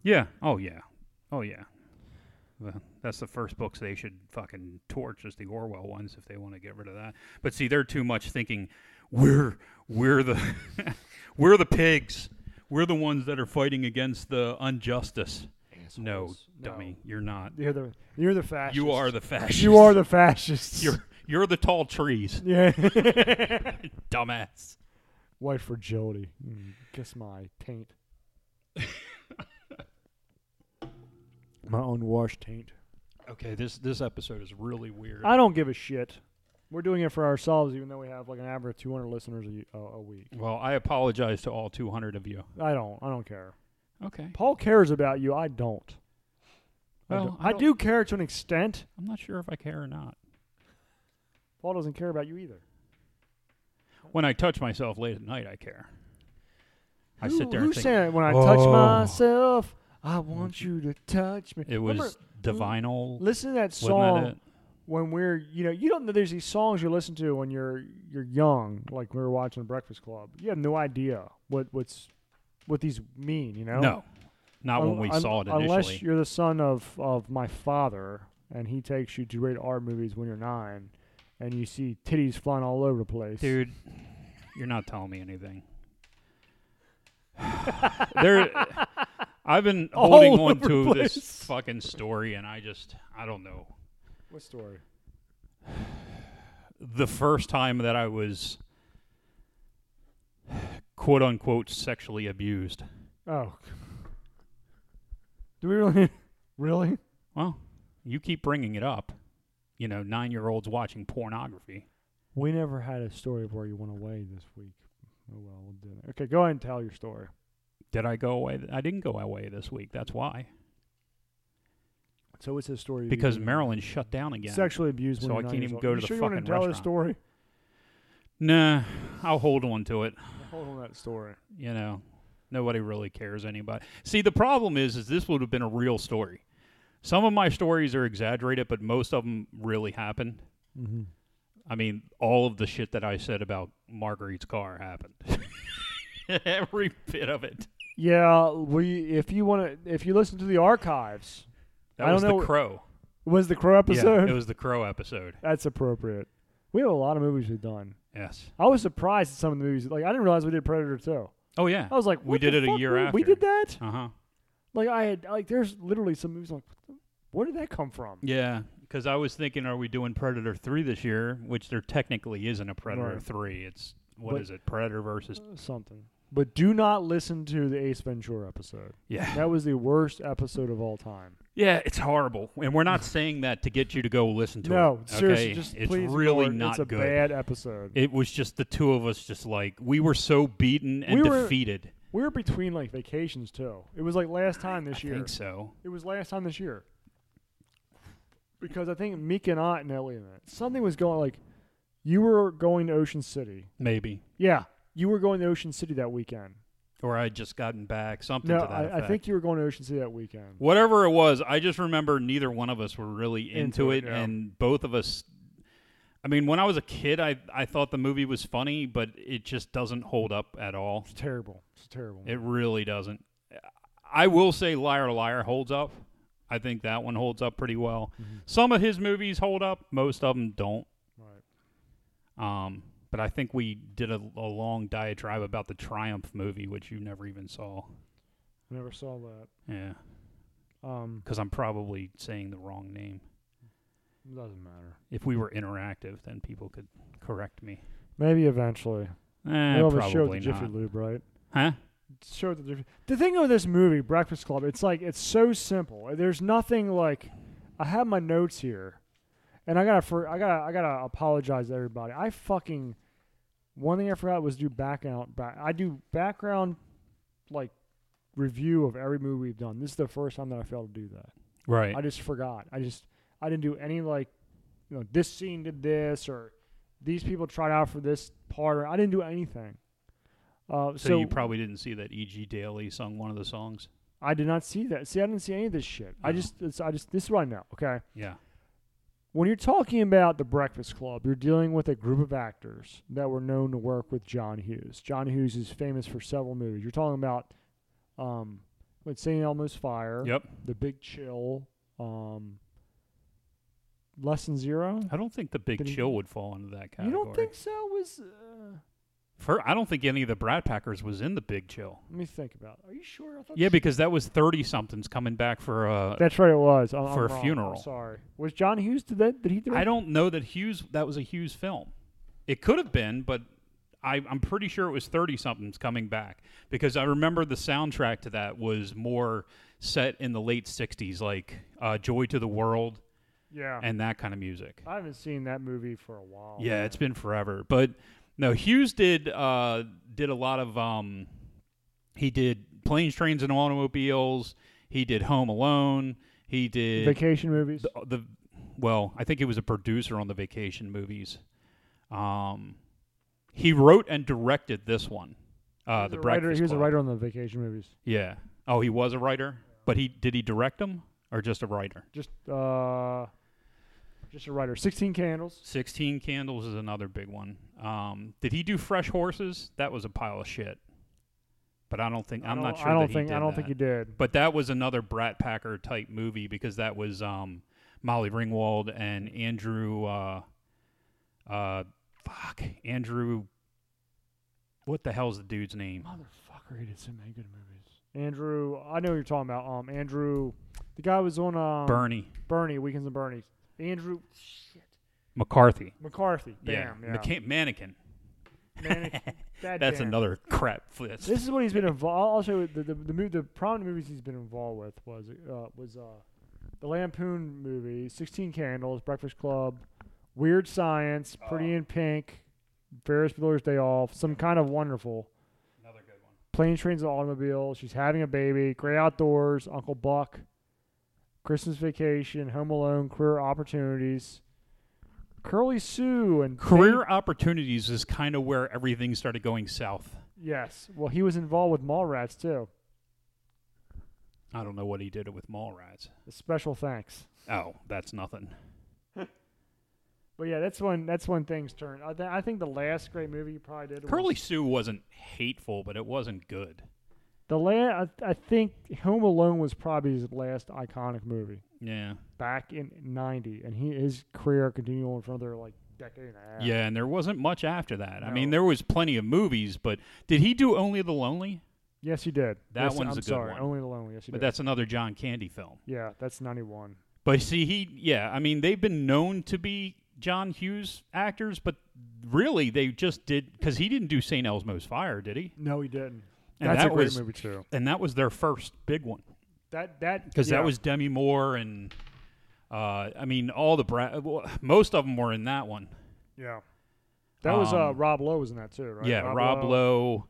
yeah. Oh yeah. Oh yeah. Well, that's the first books they should fucking torch is the Orwell ones if they want to get rid of that. But see, they're too much thinking we're we're the we're the pigs. We're the ones that are fighting against the injustice. assholes. No, dummy, you're not. You're the you're the fascist. You are the fascist. you are the fascists. You're you're the tall trees, yeah. dumbass. White fragility. Mm, kiss my taint. my unwashed taint. Okay, this this episode is really weird. I don't give a shit. We're doing it for ourselves, even though we have like an average of 200 listeners a, y- a- a week. well, I apologize to all 200 of you. I don't. I don't care. Okay, Paul cares about you. I don't. I Well, don't- I I don't- do care to an extent. I'm not sure if I care or not. Paul doesn't care about you either. When I touch myself late at night, I care. I Who- sit there Who and think said it? when I "Whoa." touch myself, I want you to touch me? it was Remember- divinal. listen to that wasn't that song it? when we're you know you don't know there's these songs you listen to when you're you're young. Like we were watching Breakfast Club. You have no idea what what's what these mean. You know? No, not when Un- we un- saw it Unless initially. you're the son of, of my father and he takes you to rated R movies when you're nine and you see titties flying all over the place. Dude, you're not telling me anything. there, I've been All holding over on the to this place. fucking story, and I just, I don't know. What story? The first time that I was quote unquote sexually abused. Oh. Do we really? Really? Well, you keep bringing it up. You know, nine year olds watching pornography. We never had a story of where you went away this week. Oh, well, we'll do that. Okay, go ahead and tell your story. Did I go away? I didn't go away this week. That's why. So, what's his story? of you Because being Maryland shut down again. Sexually abused when you're So I nine can't years even old. go You to the sure you wanna fucking tell the restaurant. story? Nah, I'll hold on to it. Hold on that story. you know nobody really cares anybody see the problem is is this would have been a real story some of my stories are exaggerated but most of them really happened Mm-hmm. i mean all of the shit that i said about marguerite's car happened every bit of it Yeah, we. If you want to, if you listen to the archives, that I don't was know- the crow was the Crow episode? yeah, it was the crow episode That's appropriate. We have a lot of movies we've done. yes I was surprised at some of the movies. Like I didn't realize we did Predator too. oh yeah I was like, We what did the it a fuck? year we, We after. did that. uh-huh Like I had like there's literally some movies I'm like what the- where did that come from? yeah because i was thinking are we doing predator 3 this year which there technically isn't a predator Right. 3 it's what But- is it predator versus Uh, Something. But do not listen to the Ace Ventura episode. yeah That was the worst episode of all time. Yeah, it's horrible, and we're not saying that to get you to go listen to no, it. seriously, okay? just it's please ignore really it. not It's a good. bad episode. It was just the two of us, just like we were so beaten and We were- defeated. we were between like vacations too. It was like last time this I year. think so. It was last time this year. Because I think Meek and I and Ellie and I- something was going like you were going to Ocean City. Maybe, Yeah. You were going to Ocean City that weekend. or I had just gotten back something No, to that I, I effect. think you were going to Ocean City that weekend. Whatever it was, I just remember neither one of us were really Into into, it, it, yeah. and both of us. I mean, when I was a kid, I I thought the movie was funny, but it just doesn't hold up at all. It's terrible. It's terrible. It really doesn't. I will say Liar Liar holds up. I think that one holds up pretty well. Mhm. Some of his movies hold up, most of them don't. Right. Um, but I think we did a, a long diatribe about the Triumph movie, which you never even saw. I never saw that. Yeah, Um because I'm probably saying the wrong name. doesn't matter. If we were interactive, then people could correct me. Maybe eventually. Eh, they always show it probably the Jiffy not. Lube, right? Huh? Show it the Jiffy The thing of this movie, Breakfast Club, it's like it's so simple. There's nothing like I have my notes here. And I gotta for I gotta I gotta apologize to everybody. I fucking one thing I forgot was do background back I do background like review of every movie we've done. This is the first time that I failed to do that. Right. I just forgot. I just I didn't do any like you know this scene did this or these people tried out for this part or I didn't do anything. Uh, so, so, you probably didn't see that E.G. Daily sung one of the songs. I did not see that. See, I didn't see any of this shit. I No. just it's, I just this is what I know. Okay, Yeah. when you're talking about the Breakfast Club, you're dealing with a group of actors that were known to work with John Hughes. John Hughes is famous for several movies. You're talking about, um, with St. Elmo's Fire, Yep. The Big Chill, um, Lesson Zero. I don't think the Big Did he- Chill would fall into that category. You don't think so? Was uh, For, I don't think any of the Brat Packers was in the Big Chill. Let me think about. It. Are you sure? I thought Yeah, this- because that was thirty somethings coming back for uh that's right. It was I'm- I'm for a wrong. I'm funeral. sorry, was John Hughes? Did that? Did he? direct I don't know that Hughes that was a Hughes film. It could have been, but I, I'm pretty sure it was thirty somethings coming back because I remember the soundtrack to that was more set in the late '60s, like uh, "Joy to the World" Yeah, and that kind of music. I haven't seen that movie for a while. Yeah, it's been forever. But no, Hughes did uh, did a lot of um, he did planes, trains, and automobiles. He did Home Alone. He did vacation movies. the, uh, the well, I think he was a producer on the Vacation movies. Um, he wrote and directed this one, uh, He was the a Breakfast writer, he was a Club. writer on the vacation movies. Yeah. Oh, he was a writer, but he did he direct them or just a writer? Just uh, just a writer. Sixteen Candles. Sixteen Candles is another big one. Um, did he do Fresh Horses? That was a pile of shit. But I don't think I I'm don't- not sure. I don't that think He did I don't that. think he did. But that was another Brat Packer type movie because that was um, Molly Ringwald and Andrew. Uh, uh, fuck, Andrew. What the hell's the dude's name? Um, Motherfucker, he did so many good movies. Andrew, I know what you're talking about. Um, Andrew, the guy was on um, Bernie Bernie, Weekends and Bernie. Andrew, shit, McCarthy. McCarthy. Damn, yeah. Mecha- mannequin. Manic- God That's damn. another crap list. This is what he's been involved. Also, the the, the, mo- the prominent movies he's been involved with was uh, was uh, the Lampoon movie, Sixteen Candles, Breakfast Club, Weird Science, Oh. Pretty in Pink, Ferris Bueller's Day Off, Some Kind of Wonderful, another good one. Plane Trains and Automobiles, She's Having a Baby, Gray Outdoors, Uncle Buck, Christmas Vacation, Home Alone, Career Opportunities, Curly Sue, and Career opportunities is kind of where everything started going south. Yes, well, he was involved with Mallrats too. I don't know what he did with Mallrats. A special thanks. Oh, that's nothing. But yeah, that's when that's when things turn. I, th- I think the last great movie you probably did. Curly Was Sue wasn't hateful, but it wasn't good. the last, I, I think Home Alone was probably his last iconic movie Yeah. back in '90, and he his career continued on for another like decade and a half. Yeah, and there wasn't much after that. I mean, No. there was plenty of movies, but did he do Only the Lonely? Yes, he did. That yes, one's I'm a good sorry, one. Only the Lonely. Yes, he But did. that's another John Candy film. yeah, that's '91. But see, he yeah, I mean, they've been known to be John Hughes actors, but really they just did because he didn't do St. Elmo's Fire, did he? No, he didn't. And that's that a great was- movie too. And that was their first big one That that because yeah. that was Demi Moore and uh, I mean, all the bra- well, most of them were in that one. yeah. That was uh, um, Rob Lowe was in that too, right? Yeah, Rob, Lowe.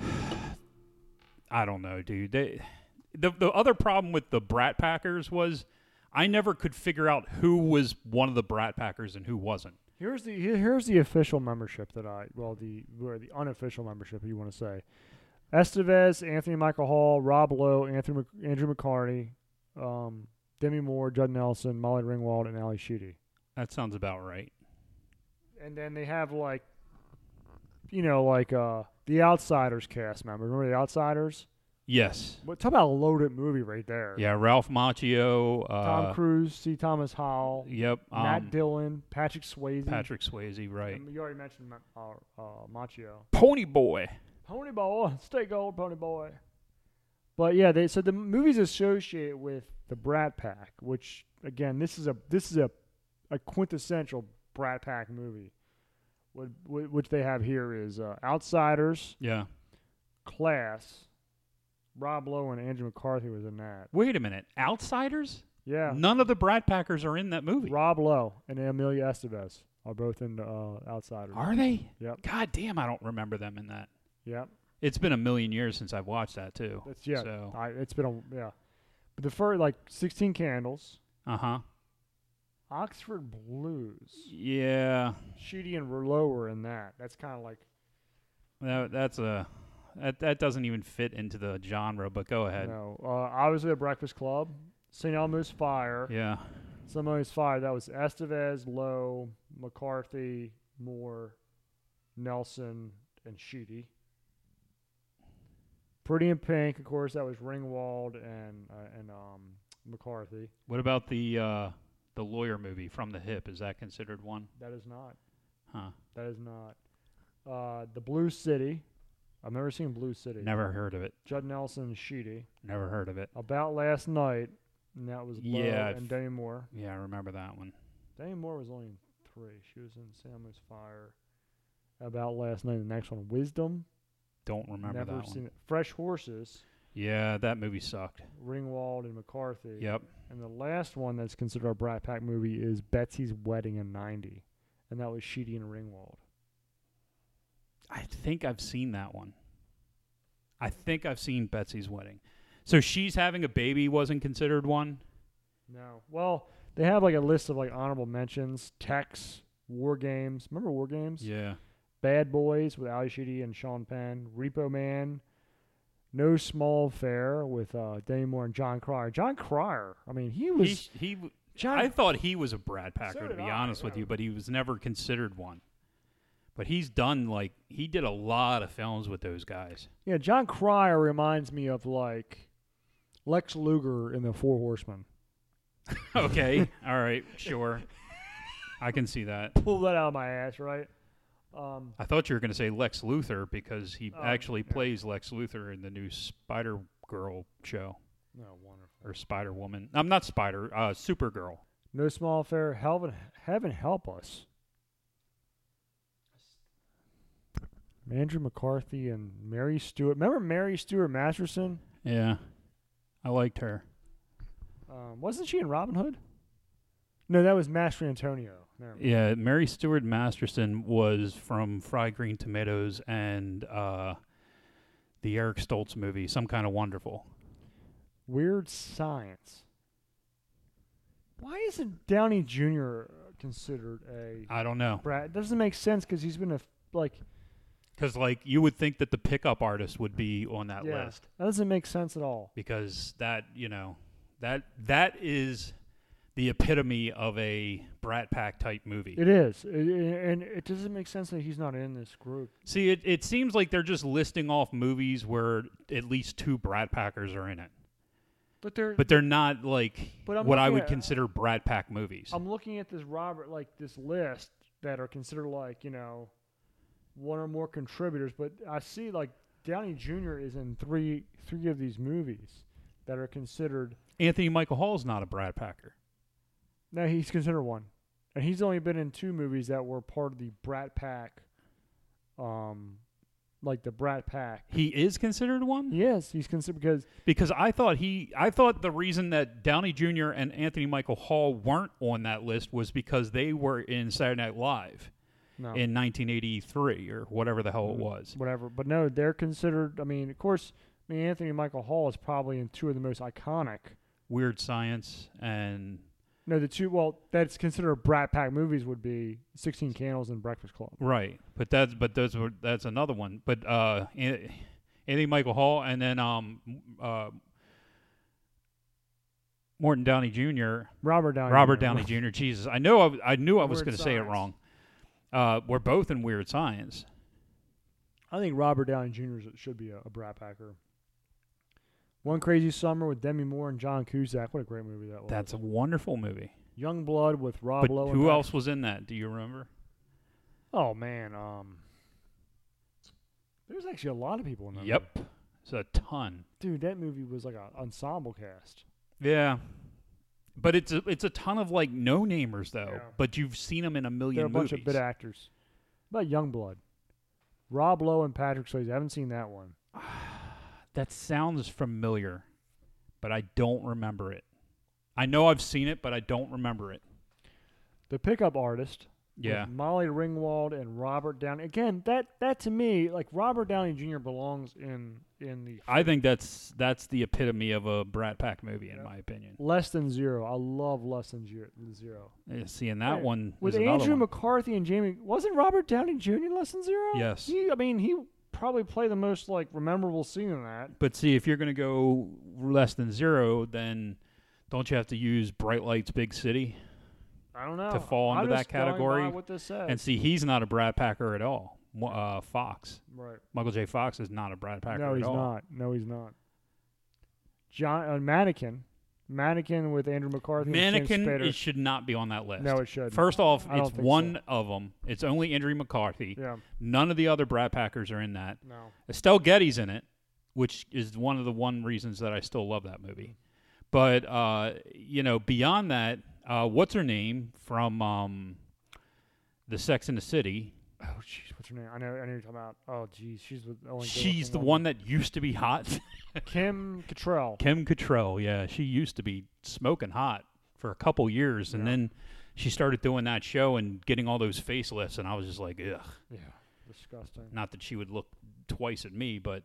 I don't know, dude. They, the the other problem with the Brat Packers was I never could figure out who was one of the Brat Packers and who wasn't. Here's the here- here's the official membership that I well the or the unofficial membership you want to say. Estevez, Anthony Michael Hall, Rob Lowe, Anthony Mc- Andrew McCartney, um, Demi Moore, Judd Nelson, Molly Ringwald, and Ali Sheedy. That sounds about right. And then they have like, you know, like uh, the Outsiders cast member. Remember the Outsiders? Yes. What talk about a loaded movie right there? Yeah, Ralph Macchio. Uh, Tom Cruise, C. Thomas Howell, Yep. Um, Matt Dillon, Patrick Swayze. Patrick Swayze. Right. And You already mentioned Ma- uh, uh, Machio. Pony Boy. Pony Boy, stay gold, Pony Boy. But yeah, they so the movies associated with the Brat Pack, which again, this is a this is a a quintessential Brat Pack movie. What wh- which they have here is uh, Outsiders, Yeah. Class. Rob Lowe and Andrew McCarthy was in that. Wait a minute. Outsiders. Yeah, None of the Brat Packers are in that movie. Rob Lowe and Amelia Estevez are both in the uh, Outsiders. Are they? Yep. God damn, I don't remember them in that. Yep, It's been a million years since I've watched that too. that's yeah. So. I, it's been a yeah, but the first like sixteen candles, Uh huh. Oxford Blues. Yeah, Sheedy and Rouleau were in that. That's kind of like that, that's a that that doesn't even fit into the genre. But go you ahead. know, uh, obviously the Breakfast Club, St. Elmo's Fire, Yeah, St. Elmo's Fire. That was Estevez, Lowe, McCarthy, Moore, Nelson, and Sheedy. Pretty in Pink, of course. That was Ringwald and uh, and um, McCarthy. What about the uh, the lawyer movie from the hip? Is that considered one? That is not. Huh. That is not. Uh, the Blue City. I've never seen Blue City. Never heard of it. Judd Nelson, Sheedy. Never heard of it. About Last Night, and that was Lowe Yeah, and Demi Moore. Yeah, I remember that one. Demi Moore was only in three. She was in Samuel's Fire. About Last Night, the next one, Wisdom. Don't remember never that seen one. it. Fresh Horses, Yeah, that movie sucked. Ringwald and McCarthy. Yep. And the last one that's considered a Brat Pack movie is Betsy's Wedding in '90, and that was Sheedy and Ringwald. I think I've seen that one. I think I've seen Betsy's wedding. So she's having a baby wasn't considered one. No. Well, they have like a list of like honorable mentions, Tex, War Games. Remember War Games? Yeah. Bad Boys with Ali Sheedy and Sean Penn. Repo Man. No Small Affair with uh, Demi Moore and John Cryer. John Cryer. I mean, he was He, he w- John. I thought he was a Brad Packer So to did be I, honest with yeah. you, but he was never considered one. But he's done like he did a lot of films with those guys. yeah, John Cryer reminds me of like Lex Luger in the Four Horsemen. okay. All right. Sure. I can see that. Pull that out of my ass, right? Um, I thought you were going to say Lex Luthor because he Oh, actually yeah. plays Lex Luthor in the new Spider Girl show no, wonderful. or Spider Woman. I'm not Spider, uh, Supergirl. No Small Affair. Heaven, heaven help us. Andrew McCarthy and Mary Stewart. Remember Mary Stewart Masterson? Yeah. I liked her. Um, wasn't she in Robin Hood? No, that was Master Antonio. Never mind. Yeah. Mary Stewart Masterson was from Fried Green Tomatoes and uh, the Eric Stoltz movie, Some Kind of Wonderful. Weird Science. Why isn't Downey Jr. considered a I don't know. brat? It doesn't make sense because he's been a f- like Because, like, you would think that the pickup artist would be on that yeah, list. That doesn't make sense at all. because that you know that that is the epitome of a brat pack type movie. It is, It- it- and it doesn't make sense that he's not in this group. See, it, it seems like they're just listing off movies where at least two brat packers are in it, But they're but they're not like But I'm what I looking would at- consider brat pack movies. I'm looking at this Robert like this list that are considered like you know one or more contributors, but I see like Downey Jr. is in three three of these movies that are considered. Anthony Michael Hall's not a brat packer. No, he's considered one, and he's only been in two movies that were part of the Brat Pack, um, like the Brat Pack. He is considered one Yes, he's considered because because I thought he I thought the reason that Downey Jr. and Anthony Michael Hall weren't on that list was because they were in Saturday Night Live. no, in 1983 or whatever the hell Mm. it was. whatever. But no, they're considered. I mean, of course, I mean Anthony Michael Hall is probably in two of the most iconic. Weird Science and No, the two well that's considered Brat Pack movies would be Sixteen Candles and Breakfast Club. right, but that's but those were that's another one. But uh, An- Anthony Michael Hall and then um uh, Morton Downey Jr. Robert Downey. Robert Jr. Downey Jr. Jesus, I know I, w- I knew I was Oh, Weird going to say it Science. wrong. Uh, we're both in Weird Science. I think Robert Downey Jr. is- should be a, a Brat Packer. One Crazy Summer with Demi Moore and John Cusack. What a great movie that was. That's a wonderful movie. Young Blood with Rob but Lowe. and who Pat- else was in that? Do you remember? Oh man, um, there's actually a lot of people in that. Yep, it's a ton. movie. dude, that movie was like an ensemble cast. Yeah. But it's a, it's a ton of like no namers though. Yeah. But you've seen them in a They're a 1000000 bunch movies. of bit actors. What about Young Blood, Rob Lowe and Patrick Swayze. I haven't seen that one. that sounds familiar, but I don't remember it. I know I've seen it, but I don't remember it. The Pickup Artist. with Yeah, Molly Ringwald and Robert Downey. Again, that that to me, like Robert Downey Jr. belongs in in the I think that's that's the epitome of a Brat Pack movie, in Yeah. my opinion. less than zero. I love less than zero. zero. Yeah, Seeing that Yeah. one With is another Andrew one. McCarthy and Jamie, wasn't Robert Downey Jr. less than zero? Yes. He, I mean, he probably played the most like memorable scene in that. But see, if you're going to go less than zero, then don't you have to use Bright Lights, Big City? I don't know fall I'm into that just going by category What this says. And see, he's not a Brat Packer at all. Mo- Uh, Fox. right. Michael J. Fox is not a Brad Packer No, at he's all. not. No, he's not. John uh, Mannequin Mannequin with Andrew McCarthy. and Shane Mannequin Spader. it should not be on that list. No, it shouldn't. First off, I don't it's think so. one of them. It's only Andrew McCarthy. yeah, None of the other Brad Packers are in that. no. Estelle Getty's in it, which is one of the one reasons that I still love that movie. But uh, you know, beyond that, uh, what's her name from um, the Sex in the City? Oh, jeez, what's her name? I know, I know you're talking about. Oh, jeez, she's with. Owen She's Gilson, the wasn't one that used to be hot. it? Kim Cattrall. Kim Cattrall, yeah, she used to be smoking hot for a couple years, and Yeah. then she started doing that show and getting all those facelifts, and I was just like, ugh. Yeah, disgusting. Not that she would look twice at me, but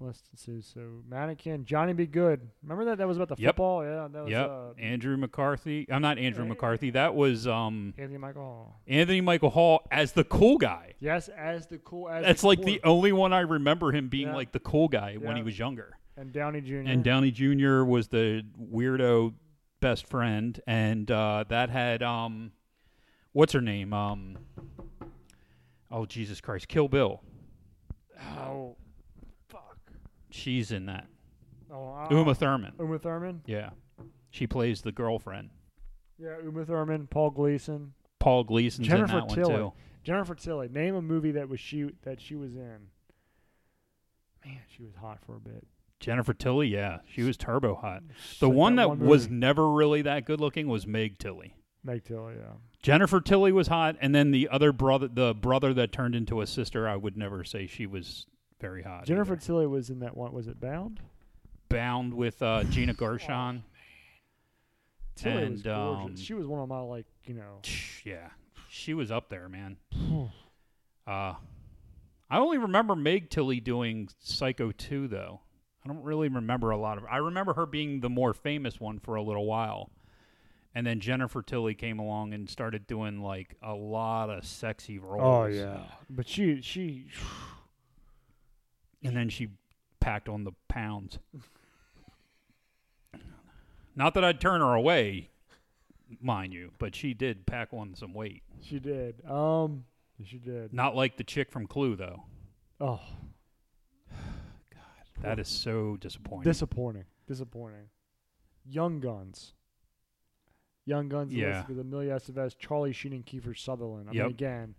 Let's see. So mannequin Johnny Be Good. Remember that? That was about the Yep. football. Yeah, that was. yep, Uh, Andrew McCarthy. I'm not Andrew Eh. McCarthy. That was um, Anthony Michael Hall. Anthony Michael Hall as the cool guy. Yes, as the cool as. That's like the cool- only one I remember him being Yeah. like the cool guy when he Yeah. Mm-hmm. was younger. and Downey Jr. And Downey Jr. was the weirdo best friend, and uh, that had um, what's her name? Um, oh Jesus Christ, Kill Bill. Oh, fuck. She's in that. Oh, uh, Uma Thurman. Uma Thurman. Yeah, she plays the girlfriend. Yeah, Uma Thurman. Paul Gleason. Paul Gleason's Jennifer in that Tilly. one too. Jennifer Tilly. Name a movie that was she that she was in. Man, she was hot for a bit. Jennifer Tilly, yeah, she was turbo hot. The Like one that, one was movie. never really that good looking was Meg Tilly. Meg Tilly. Yeah. Jennifer Tilly was hot, and then the other brother, the brother that turned into a sister, I would never say she was very hot. Jennifer either. Tilly was in that one. Was it Bound? Bound with uh, Gina Gershon. Tilly was And, gorgeous. um, she was one of my like you know. Tch, yeah, she was up there, man. Uh, I only remember Meg Tilly doing Psycho 2, though. I don't really remember a lot of. I remember her being the more famous one for a little while, and then Jennifer Tilly came along and started doing like a lot of sexy roles. Oh yeah, but she she and then she packed on the pounds. Not that I'd turn her away, mind you, but she did pack on some weight. she did. Um, she did. Not like the chick from Clue, though. Oh, That is so disappointing. disappointing, disappointing. Young Guns. Young Guns. Yeah. With Amelia Estevez, Charlie Sheen, and Kiefer Sutherland. I Yep. mean, again,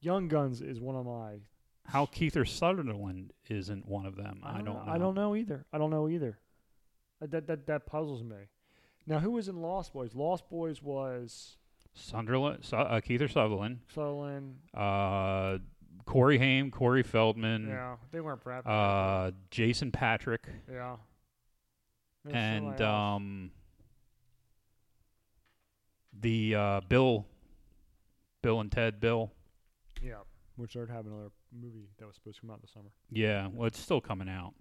Young Guns is one of my. How Keith or Sutherland isn't one of them. I don't, know. I don't know either. I don't know either. Uh, That that that puzzles me. Now, who was in Lost Boys? Lost Boys was Sunderland, Su- uh, Keith or Sutherland, Sutherland. uh, Corey Haim, Corey Feldman, Yeah, they weren't prepped. uh, Jason Patrick, yeah. There's and somebody else. um, the uh, Bill, Bill and Ted Bill. Yeah, which they're having another movie that was supposed to come out this summer. Yeah, well, it's still coming out.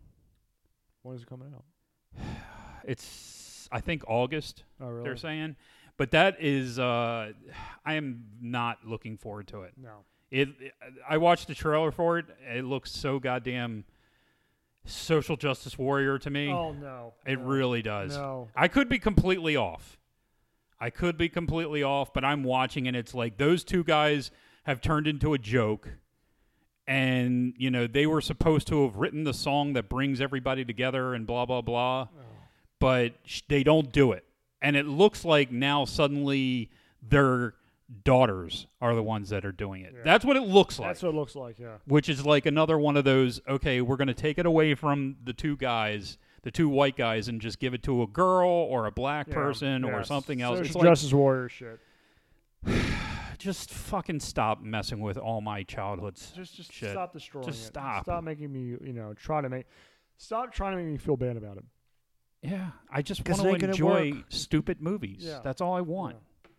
When is it coming out? It's I think August. Oh, really? They're saying, but that is uh, I am not looking forward to it. no. It, I watched the trailer for it. It looks so goddamn social justice warrior to me. Oh no. it no, really does. No. I could be completely off. I could be completely off, but I'm watching and it's like those two guys have turned into a joke. And, you know, they were supposed to have written the song that brings everybody together and blah, blah, blah no. but sh- they don't do it. And it looks like now suddenly their daughters are the ones that are doing it. Yeah. That's what it looks like. That's what it looks like. Yeah. which is like another one of those okay, we're going to take it away from the two guys, the two white guys and just give it to a girl or a black Yeah, person yeah, or something else. Social it's like justice warrior shit. just fucking stop messing with all my childhoods. Just, just shit. stop destroying Just it. stop. Stop making me, you know, try to make, stop trying to make me feel bad about it. Yeah, I just 'Cause want it to ain't gonna enjoy work. stupid movies. Yeah. That's all I want. Yeah.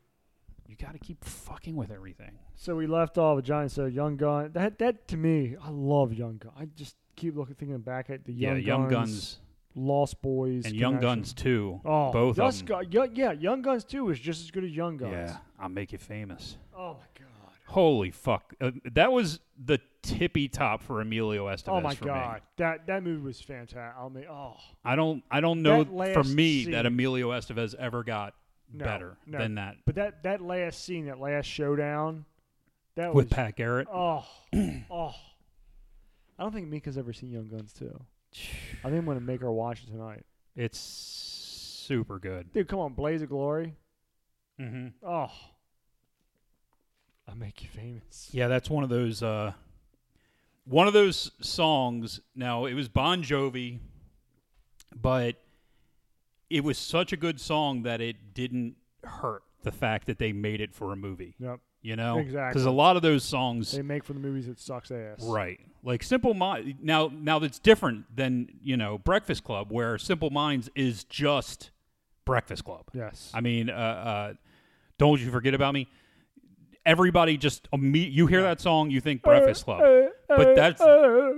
You got to keep fucking with everything. So we left off. Johnny said, "Young Gun." That, that to me, I love Young Gun. I just keep looking, thinking back at the Young, yeah, Young Guns Lost Boys, and Young connection. Guns too. Oh, both of Young them. Gun- Young- yeah, Young Guns too is just as good as Young Guns. Yeah, I'll make you famous. Oh my god. Holy fuck! Uh, that was the tippy top for Emilio Estevez. Oh my for god. Me. That that movie was fantastic. I mean, oh I don't. I don't know That last for me that scene- Emilio Estevez ever got No, better no. than that but that that last scene, that last showdown, that with was Pat Garrett. oh oh. I don't think Mika's ever seen Young Guns too. I think I'm gonna make her watch it tonight. It's super good. Dude, come on, Blaze of Glory. Mm-hmm. Oh, I make you famous. Yeah, that's one of those uh, one of those songs. Now it was Bon Jovi, but it was such a good song that it didn't hurt the fact that they made it for a movie. Yep, You know, Exactly. Because a lot of those songs, they make for the movies that sucks ass. right? Like Simple Mind. Now, now that's different than you know Breakfast Club, where Simple Minds is just Breakfast Club. Yes. I mean, uh, uh, don't you forget about me. Everybody just imme- you hear that song, you think Breakfast Club. But that's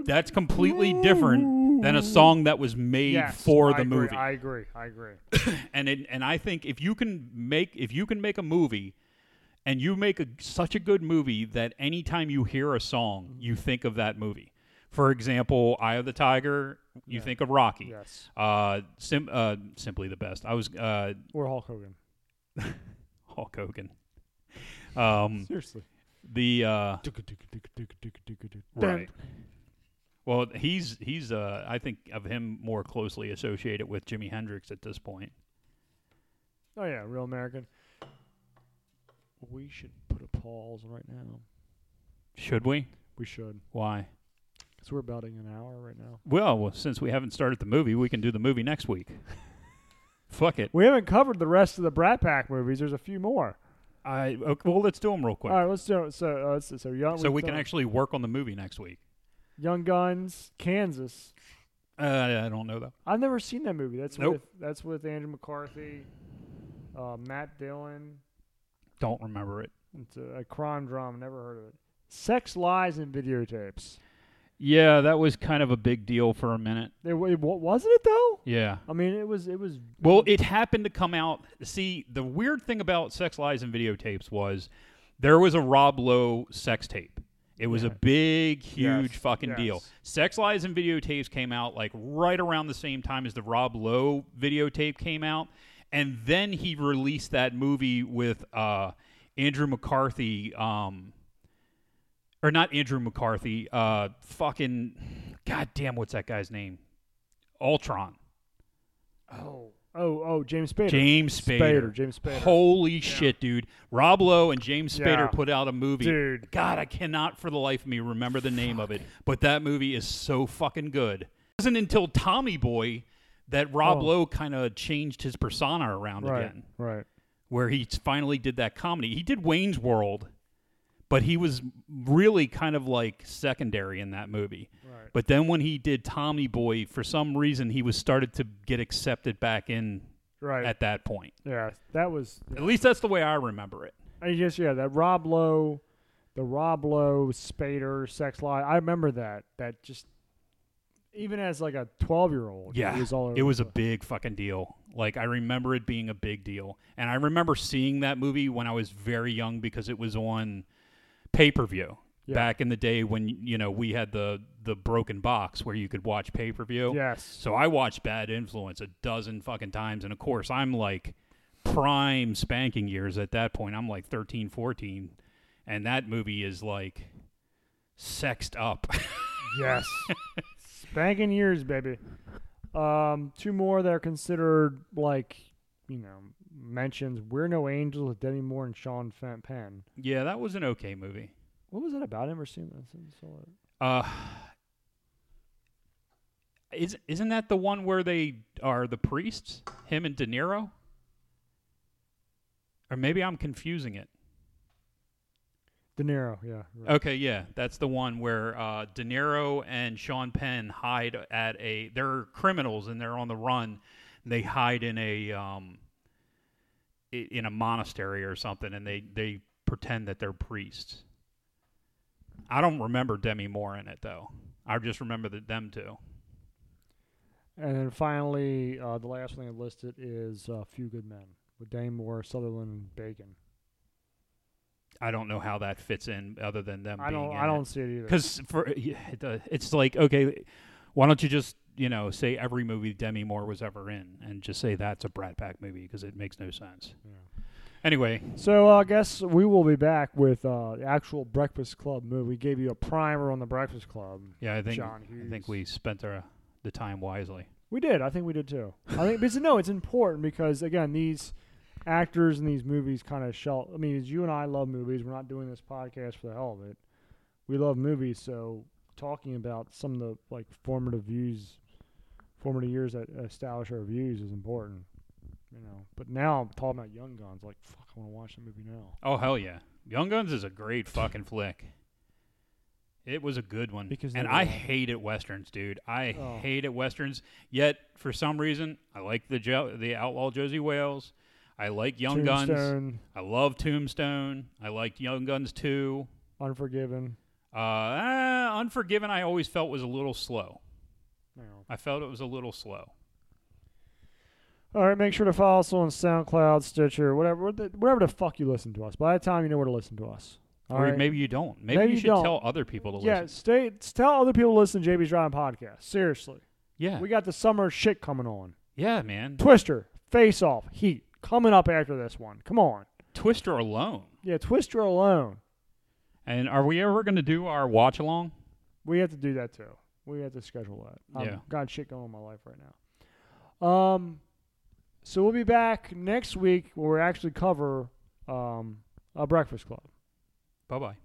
that's completely different than a song that was made Yes, for I the agree, movie. I agree. I agree. and it, and I think if you can make if you can make a movie and you make a, such a good movie that anytime you hear a song, you think of that movie. For example, Eye of the Tiger, you think of Rocky. Yes. Uh, sim, uh, simply the best. I was uh, Or Hulk Hogan. Hulk Hogan. Um, Seriously. the uh, Dun. right. Well, he's he's uh, I think of him more closely associated with Jimi Hendrix at this point. Oh yeah, real American. We should put a pause right now. Should we? We should, Why? because we're about an hour right now. Well, well, since we haven't started the movie, we can do the movie next week. Fuck it. We haven't covered the rest of the Brat Pack movies. There's a few more. I okay, well, let's do them real quick, All right, let's do it. So, uh, let's do- so young. so we've we can done actually work on the movie next week. Young Guns, Kansas. Uh, I don't know though. I've never seen that movie. That's Nope. with that's with Andrew McCarthy, uh, Matt Dillon. Don't remember it. It's a, a crime drama. Never heard of it. Sex, lies, and videotapes. Yeah, that was kind of a big deal for a minute. It, wa- it, wa- wasn't it though? Yeah. I mean, it was. It was. Well, it happened to come out. See, the weird thing about sex lies and videotapes was there was a Rob Lowe sex tape. It was Yeah. a big, huge Yes, fucking deal. yes. Sex lies and videotapes came out like right around the same time as the Rob Lowe videotape came out, and then he released that movie with uh, Andrew McCarthy. Um, or not Andrew McCarthy. Uh, fucking, goddamn, what's that guy's name? Ultron. Oh, oh, oh, James Spader. James Spader. James Spader. Holy shit, dude. Rob Lowe and James Spader Yeah. put out a movie. Dude. God, I cannot for the life of me remember the name of it, but that movie is so fucking good. It wasn't until Tommy Boy that Rob Oh. Lowe kind of changed his persona around right, again, right. where he finally did that comedy. He did Wayne's World, but he was really kind of like secondary in that movie. Right. But then when he did Tommy Boy, for some reason he was started to get accepted back in Right. at that point. yeah, that was. At least that's the way I remember it. I guess yeah, that Rob Lowe, the Rob Lowe Spader sex lie. I remember that. That just even as like a twelve year old. Yeah, it was all. Over It was the a big fucking deal. Like I remember it being a big deal, and I remember seeing that movie when I was very young because it was on pay per view Yeah. back in the day when you know we had the the broken box where you could watch pay per view. Yes. So I watched Bad Influence a dozen fucking times, and of course I'm like prime spanking years at that point. I'm like 13, 14, and that movie is like sexed up. Yes. Spanking years, baby. Um, two more that are considered like you know mentions. We're no angels with Demi Moore and Sean Fan- Penn. yeah, that was an okay movie. What was that about? I never seen that. I never saw it. Uh, is isn't that the one where they are the priests? Him and De Niro? Or maybe I'm confusing it. De Niro. Yeah. right. Okay, yeah, that's the one where uh, De Niro and Sean Penn hide at a. They're criminals and they're on the run. They hide in a um, i- in a monastery or something, and they they pretend that they're priests. I don't remember Demi Moore in it though. I just remember that them two. And then finally, uh, the last one I listed is uh, Few Good Men with Dame Moore, Sutherland, and Bacon. I don't know how that fits in other than them. I being don't, in I don't see it either. because for yeah, it does- it's like okay, why don't you just you know say every movie Demi Moore was ever in and just say that's a Brat Pack movie because it makes no sense. Yeah. Anyway, So uh, I guess we will be back with uh, the actual Breakfast Club movie. We gave you a primer on the Breakfast Club. yeah, I think John I think Hughes. we spent our the time wisely. We did. I think we did too. I think, but it's, no, it's important because again, these actors in these movies kind of shell. I mean, as you and I love movies, we're not doing this podcast for the hell of it. We love movies, so talking about some of the like formative views, formative years that establish our views is important. You know, but now I'm talking about Young Guns. Like, fuck, I want to watch the movie now Oh hell yeah, Young Guns is a great fucking flick. It was a good one, Because and they I were- hated westerns, dude. I Oh. hated westerns. Yet for some reason, I like the jo- the Outlaw Josie Wales. I like Young Guns. Tombstone, I love Tombstone. I liked Young Guns too. Unforgiven. Uh, ah, Unforgiven, I always felt was a little slow. You know. I felt it was a little slow. All right, make sure to follow us on SoundCloud, Stitcher, whatever, what the- whatever the fuck you listen to us. By the time you know where to listen to us. All or right? maybe you don't. Maybe, Maybe you you should don't. tell other people to yeah, listen. stay. Tell other people to listen to JB's Driving Podcast. Seriously, Yeah. we got the summer shit coming on. yeah, man. Twister, Face Off, Heat coming up after this one. Come on, Twister alone. yeah, Twister alone. And are we ever going to do our watch along? We have to do that too. We have to schedule that. i Yeah. got shit going on in my life right now. Um, so we'll be back next week where we actually cover um a Breakfast Club. Bye bye.